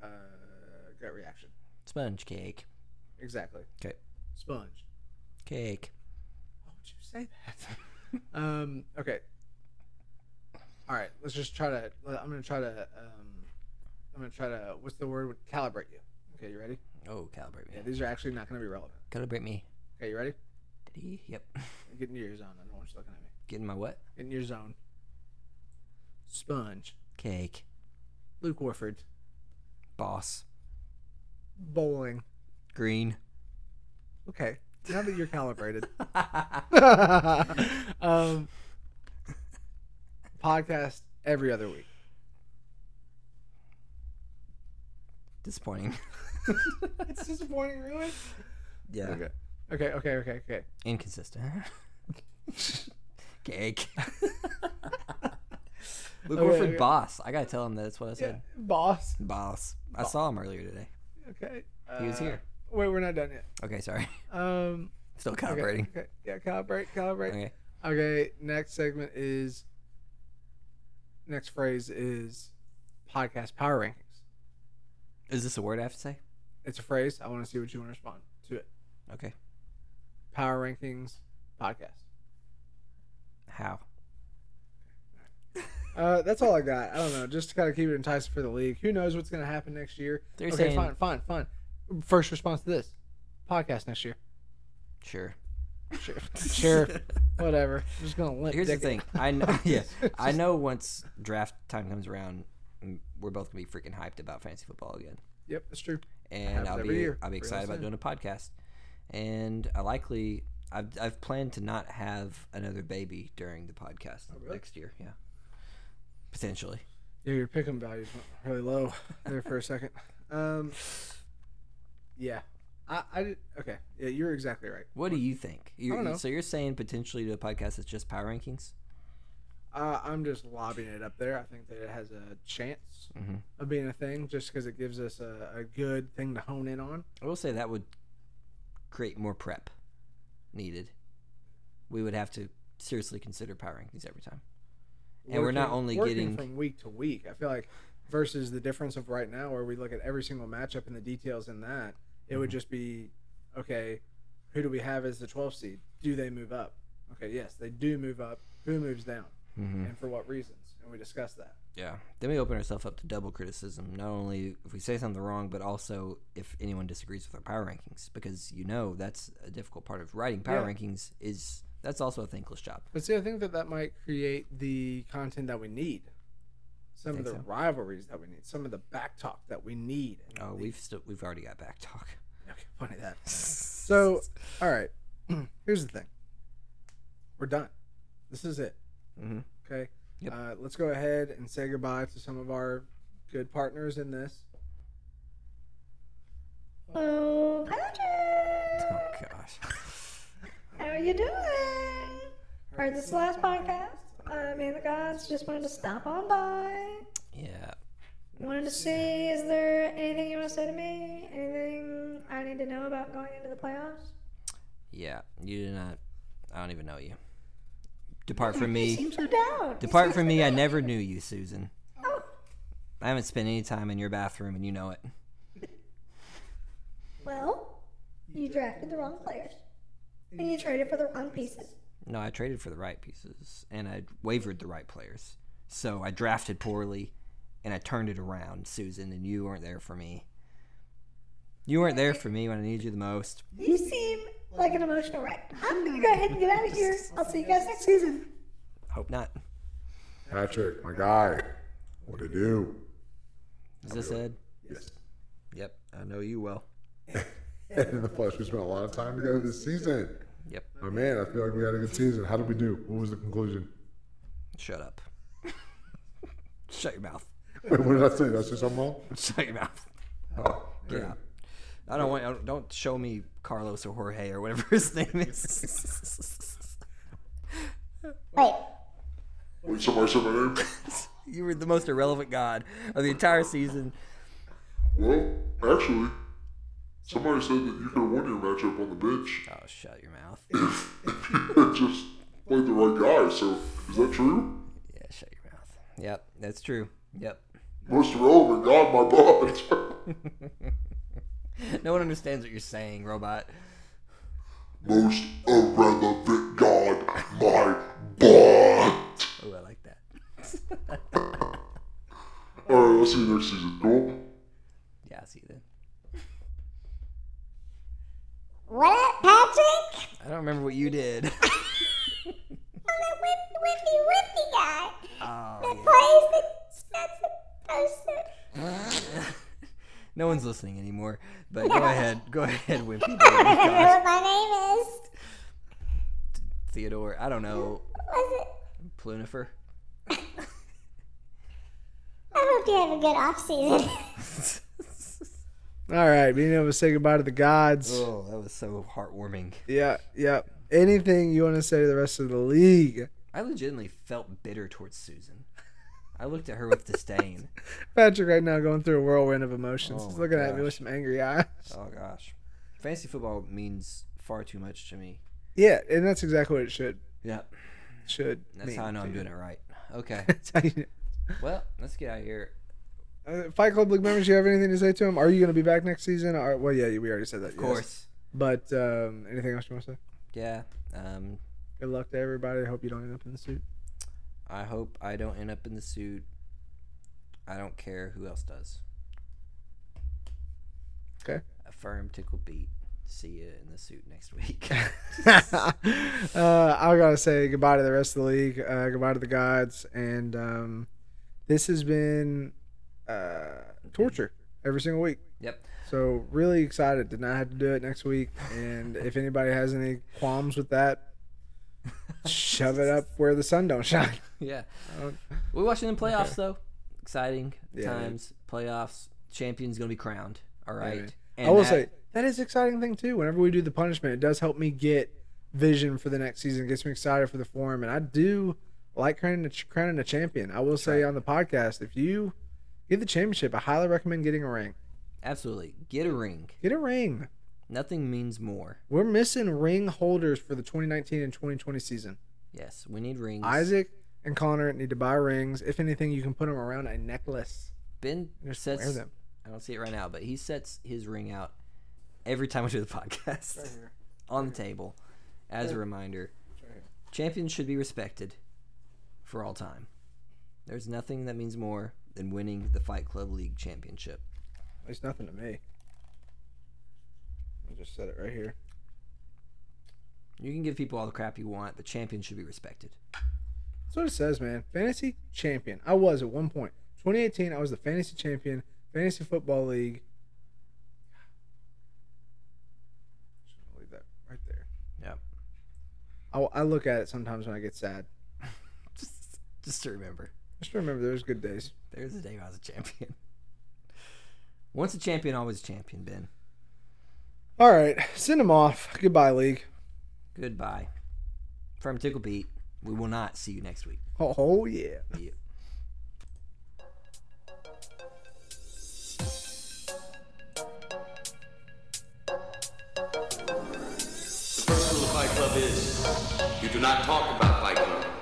Speaker 1: uh, gut reaction.
Speaker 2: Sponge cake.
Speaker 1: Exactly.
Speaker 2: 'Kay.
Speaker 1: Sponge.
Speaker 2: Cake.
Speaker 1: Why would you say that? um, okay. All right. Let's just try to. I'm going to try to. Um, I'm going to try to. What's the word? Calibrate you. Okay. You ready?
Speaker 2: Oh, calibrate me.
Speaker 1: Yeah. These are actually not going to be relevant.
Speaker 2: Calibrate me.
Speaker 1: Okay. You ready?
Speaker 2: Did he? Yep.
Speaker 1: Get into your zone. I don't want you looking at me.
Speaker 2: Getting my what?
Speaker 1: in your zone. Sponge,
Speaker 2: Cake.
Speaker 1: Luke Warford,
Speaker 2: Boss.
Speaker 1: bowling.
Speaker 2: Green.
Speaker 1: Okay, now that you're calibrated.
Speaker 2: I
Speaker 1: um, podcast every other week.
Speaker 2: Disappointing.
Speaker 1: It's disappointing, really.
Speaker 2: yeah.
Speaker 1: Okay. Okay, okay, okay, okay.
Speaker 2: Inconsistent. Cake. Luke
Speaker 1: Okay,
Speaker 2: Warford,
Speaker 1: okay.
Speaker 2: boss. I gotta tell him that that's what I
Speaker 1: Yeah,
Speaker 2: said.
Speaker 1: boss.
Speaker 2: Boss. I saw him earlier today.
Speaker 1: Okay.
Speaker 2: He was
Speaker 1: uh,
Speaker 2: here.
Speaker 1: Wait, we're not done yet.
Speaker 2: Okay, sorry.
Speaker 1: Um,
Speaker 2: Still
Speaker 1: okay,
Speaker 2: calibrating.
Speaker 1: Okay, Yeah, calibrate, calibrate.
Speaker 2: Okay.
Speaker 1: Okay, next segment is. Next phrase is podcast power rankings.
Speaker 2: Is this a word I have to say?
Speaker 1: It's a phrase. I want to see what you want to respond to it.
Speaker 2: Okay.
Speaker 1: Power Rankings podcast.
Speaker 2: How?
Speaker 1: Uh, that's all I got. I don't know. Just to kind of keep it enticing for the league. Who knows what's going to happen next year?
Speaker 2: They're
Speaker 1: okay,
Speaker 2: saying
Speaker 1: fine, fine, fine. First response to this podcast next year.
Speaker 2: sure.
Speaker 1: Sure, sure, whatever. I'm just going to limp.
Speaker 2: Here's the
Speaker 1: dick it.
Speaker 2: thing. I know. Yeah, I know. Once draft time comes around, m- we're both gonna be freaking hyped about fantasy football again,
Speaker 1: Yep, that's true.
Speaker 2: and
Speaker 1: Happens
Speaker 2: I'll
Speaker 1: every
Speaker 2: be
Speaker 1: year.
Speaker 2: I'll be
Speaker 1: Real
Speaker 2: excited about
Speaker 1: soon.
Speaker 2: doing a podcast, and I likely I've I've planned to not have another baby during the podcast
Speaker 1: Oh, really?
Speaker 2: next year. Yeah, potentially.
Speaker 1: Yeah, your pick'em values went really low there for a second. Um, yeah, I, I did- okay. Yeah, you're exactly right.
Speaker 2: What do you think? You're,
Speaker 1: don't know.
Speaker 2: So you're saying potentially to a podcast that's just power rankings?
Speaker 1: Uh, I'm just lobbying it up there. I think that it has a chance
Speaker 2: Mhm.
Speaker 1: of being a thing just because it gives us a, a good thing to hone in on.
Speaker 2: I will say that would create more prep needed. We would have to seriously consider power rankings every time. And we're not only
Speaker 1: working
Speaker 2: getting-
Speaker 1: from week to week. I feel like versus the difference of right now, where we look at every single matchup and the details in that, it would
Speaker 2: Mm-hmm.
Speaker 1: just be okay. Who do we have as the 12 seed? Do they move up? Okay, yes, they do move up. Who moves down,
Speaker 2: Mm.
Speaker 1: and for what reasons? And we discuss that.
Speaker 2: Yeah. Then we open ourselves up to double criticism. Not only if we say something wrong, but also if anyone disagrees with our power rankings, because you know that's a difficult part of writing power
Speaker 1: Yeah.
Speaker 2: rankings. Is that's also a thankless job.
Speaker 1: But see, I think that that might create the content that we need. Some of
Speaker 2: Think
Speaker 1: the
Speaker 2: so?
Speaker 1: rivalries that we need, some of the back talk that we need. in
Speaker 2: Oh,
Speaker 1: the-
Speaker 2: we've still we've already got back talk.
Speaker 1: okay, funny that. So, all right, here's the thing. We're done. This is it.
Speaker 2: Mhm.
Speaker 1: Okay.
Speaker 2: Yep.
Speaker 1: Uh, let's go ahead and say goodbye to some of our good partners in this.
Speaker 5: Oh, Patrick,
Speaker 2: Oh gosh.
Speaker 5: how are you doing? Heard this last podcast. Uh, I mean, the guys just wanted to stop on by.
Speaker 2: Yeah.
Speaker 5: Wanted to see, is there anything you want to say to me? Anything I need to know about going into the playoffs?
Speaker 2: Yeah. You do not. I don't even know you. Depart from me.
Speaker 5: Seems so down.
Speaker 2: Depart from me. I never knew you, Susan.
Speaker 5: Oh,
Speaker 2: I haven't spent any time in your bathroom, and you know it.
Speaker 5: well, you drafted the wrong players, and you traded for the wrong pieces.
Speaker 2: No, I traded for the right pieces and I wavered the right players. So I drafted poorly and I turned it around, Susan, and you weren't there for me. You weren't there for me when I needed you the most.
Speaker 5: You seem like an emotional wreck. I'm gonna go ahead and get out of here. I'll see you guys next season.
Speaker 2: Hope not.
Speaker 6: Patrick, my guy, what to do?
Speaker 2: Is this Ed?
Speaker 6: Yes.
Speaker 2: Yep, I know you well.
Speaker 6: And the plus, we spent a lot of time together this season.
Speaker 2: Yep,
Speaker 6: My man, I feel like we had a good season. How did we do? What was the conclusion?
Speaker 2: shut up. Shut your mouth.
Speaker 6: Wait, what did I say? Did I say something wrong?
Speaker 2: Shut your mouth.
Speaker 6: Oh,
Speaker 2: Get
Speaker 6: yeah.
Speaker 2: out. I don't want. I don't- Don't show me Carlos or Jorge or whatever his name is.
Speaker 4: Wait,
Speaker 3: What's the worst of it?
Speaker 2: you were the most irrelevant god of the entire season.
Speaker 3: Well, actually, somebody said that you could have won your matchup on the bench
Speaker 2: Oh, shut your mouth.
Speaker 3: if you had just played the right guy. So, is that true?
Speaker 2: Yeah, shut your mouth. Yep, that's true. Yep.
Speaker 3: Most irrelevant, God, my butt.
Speaker 2: No one understands what you're saying, robot.
Speaker 3: Most irrelevant, God, my butt.
Speaker 2: Oh, I like that.
Speaker 3: All right, I'll see you next season. Cool.
Speaker 2: Yeah, I see that.
Speaker 4: what up, Patrick?
Speaker 2: I don't remember what you did.
Speaker 4: I'm that whip, whippy, whippy guy
Speaker 2: Oh,
Speaker 4: plays the that's supposed to.
Speaker 2: yeah. no one's listening anymore. But go ahead, go ahead, Wimpy Baby.
Speaker 4: I don't know what
Speaker 2: Gosh,
Speaker 4: my name is.
Speaker 2: Theodore. I don't know,
Speaker 4: Was it?
Speaker 2: Plunifer.
Speaker 4: I hope you have a good off season.
Speaker 1: All right, being able to say goodbye to the gods.
Speaker 2: Oh, that was so heartwarming.
Speaker 1: Yeah, yeah. Anything you want to say to the rest of the league?
Speaker 2: I legitimately felt bitter towards Susan. I looked at her with disdain.
Speaker 1: Patrick right now going through a whirlwind of emotions.
Speaker 2: Oh
Speaker 1: He's
Speaker 2: my
Speaker 1: looking at me
Speaker 2: gosh.
Speaker 1: with some angry eyes.
Speaker 2: Oh gosh, fantasy football means far too much to me.
Speaker 1: Yeah, and that's exactly what it should
Speaker 2: Yeah,
Speaker 1: should.
Speaker 2: that's
Speaker 1: mean,
Speaker 2: how I know I'm
Speaker 1: dude.
Speaker 2: doing it right. Okay.
Speaker 1: That's how you
Speaker 2: Well, let's get out of here.
Speaker 1: know. Uh, Fight Club League members, do you have anything to say to them? Are you going to be back next season? Or, well, yeah, we already said that.
Speaker 2: Of course.
Speaker 1: But um, anything else you want to say?
Speaker 2: Yeah. Um,
Speaker 1: Good luck to everybody. I hope you don't end up in the suit.
Speaker 2: I hope I don't end up in the suit. I don't care who else does.
Speaker 1: Okay.
Speaker 2: A firm tickle beat. See you in the suit next week.
Speaker 1: uh, I gotta say goodbye to the rest of the league. Uh, goodbye to the gods. And um, this has been uh, torture every single week.
Speaker 2: yep.
Speaker 1: So really excited. Did not have to do it next week. And if anybody has any qualms with that, shove it up where the sun don't shine.
Speaker 2: Yeah.
Speaker 1: don't-
Speaker 2: We're watching the playoffs though. Exciting
Speaker 1: Um, Yeah,
Speaker 2: times. Playoffs. Champion's gonna be crowned. All right.
Speaker 1: man.
Speaker 2: and
Speaker 1: I will
Speaker 2: that-
Speaker 1: say that is an exciting thing too. Whenever we do the punishment, it does help me get vision for the next season. It gets me excited for the forum, and I do like crowning a, crowning a champion. I will say on the podcast, if you get the championship, I highly recommend getting a ring.
Speaker 2: Absolutely. Get a ring.
Speaker 1: Get a ring.
Speaker 2: Nothing means more.
Speaker 1: We're missing ring holders for the 2019 and 2020 season.
Speaker 2: Yes, we need rings.
Speaker 1: Isaac and Connor need to buy rings. If anything, you can put them around a necklace.
Speaker 2: Ben
Speaker 1: and Just wear
Speaker 2: sets.
Speaker 1: them.
Speaker 2: I don't see it right now, but he sets his ring out every time we do the podcast on the table as a reminder. Champions should be respected for all time. There's nothing that means more than winning the Fight Club League championship.
Speaker 1: It's nothing to me. I just said it right here.
Speaker 2: You can give people all the crap you want, but champions should be respected.
Speaker 1: That's what it says, man. Fantasy champion. I was at one point. 2018, I was the fantasy champion, fantasy football league. Should've leave that right there.
Speaker 2: Yep.
Speaker 1: I, I look at it sometimes when I get sad.
Speaker 2: Just, just to remember,
Speaker 1: Just remember, there's good days.
Speaker 2: there's a day when I was a champion. Once a champion, always a champion, Ben.
Speaker 1: All right, send them off. Goodbye, league.
Speaker 2: Goodbye. From Tickle Beat, we will not see you next week.
Speaker 1: Oh, oh yeah.
Speaker 2: Yeah.
Speaker 3: The first rule of Fight Club is you do not talk about Fight Club.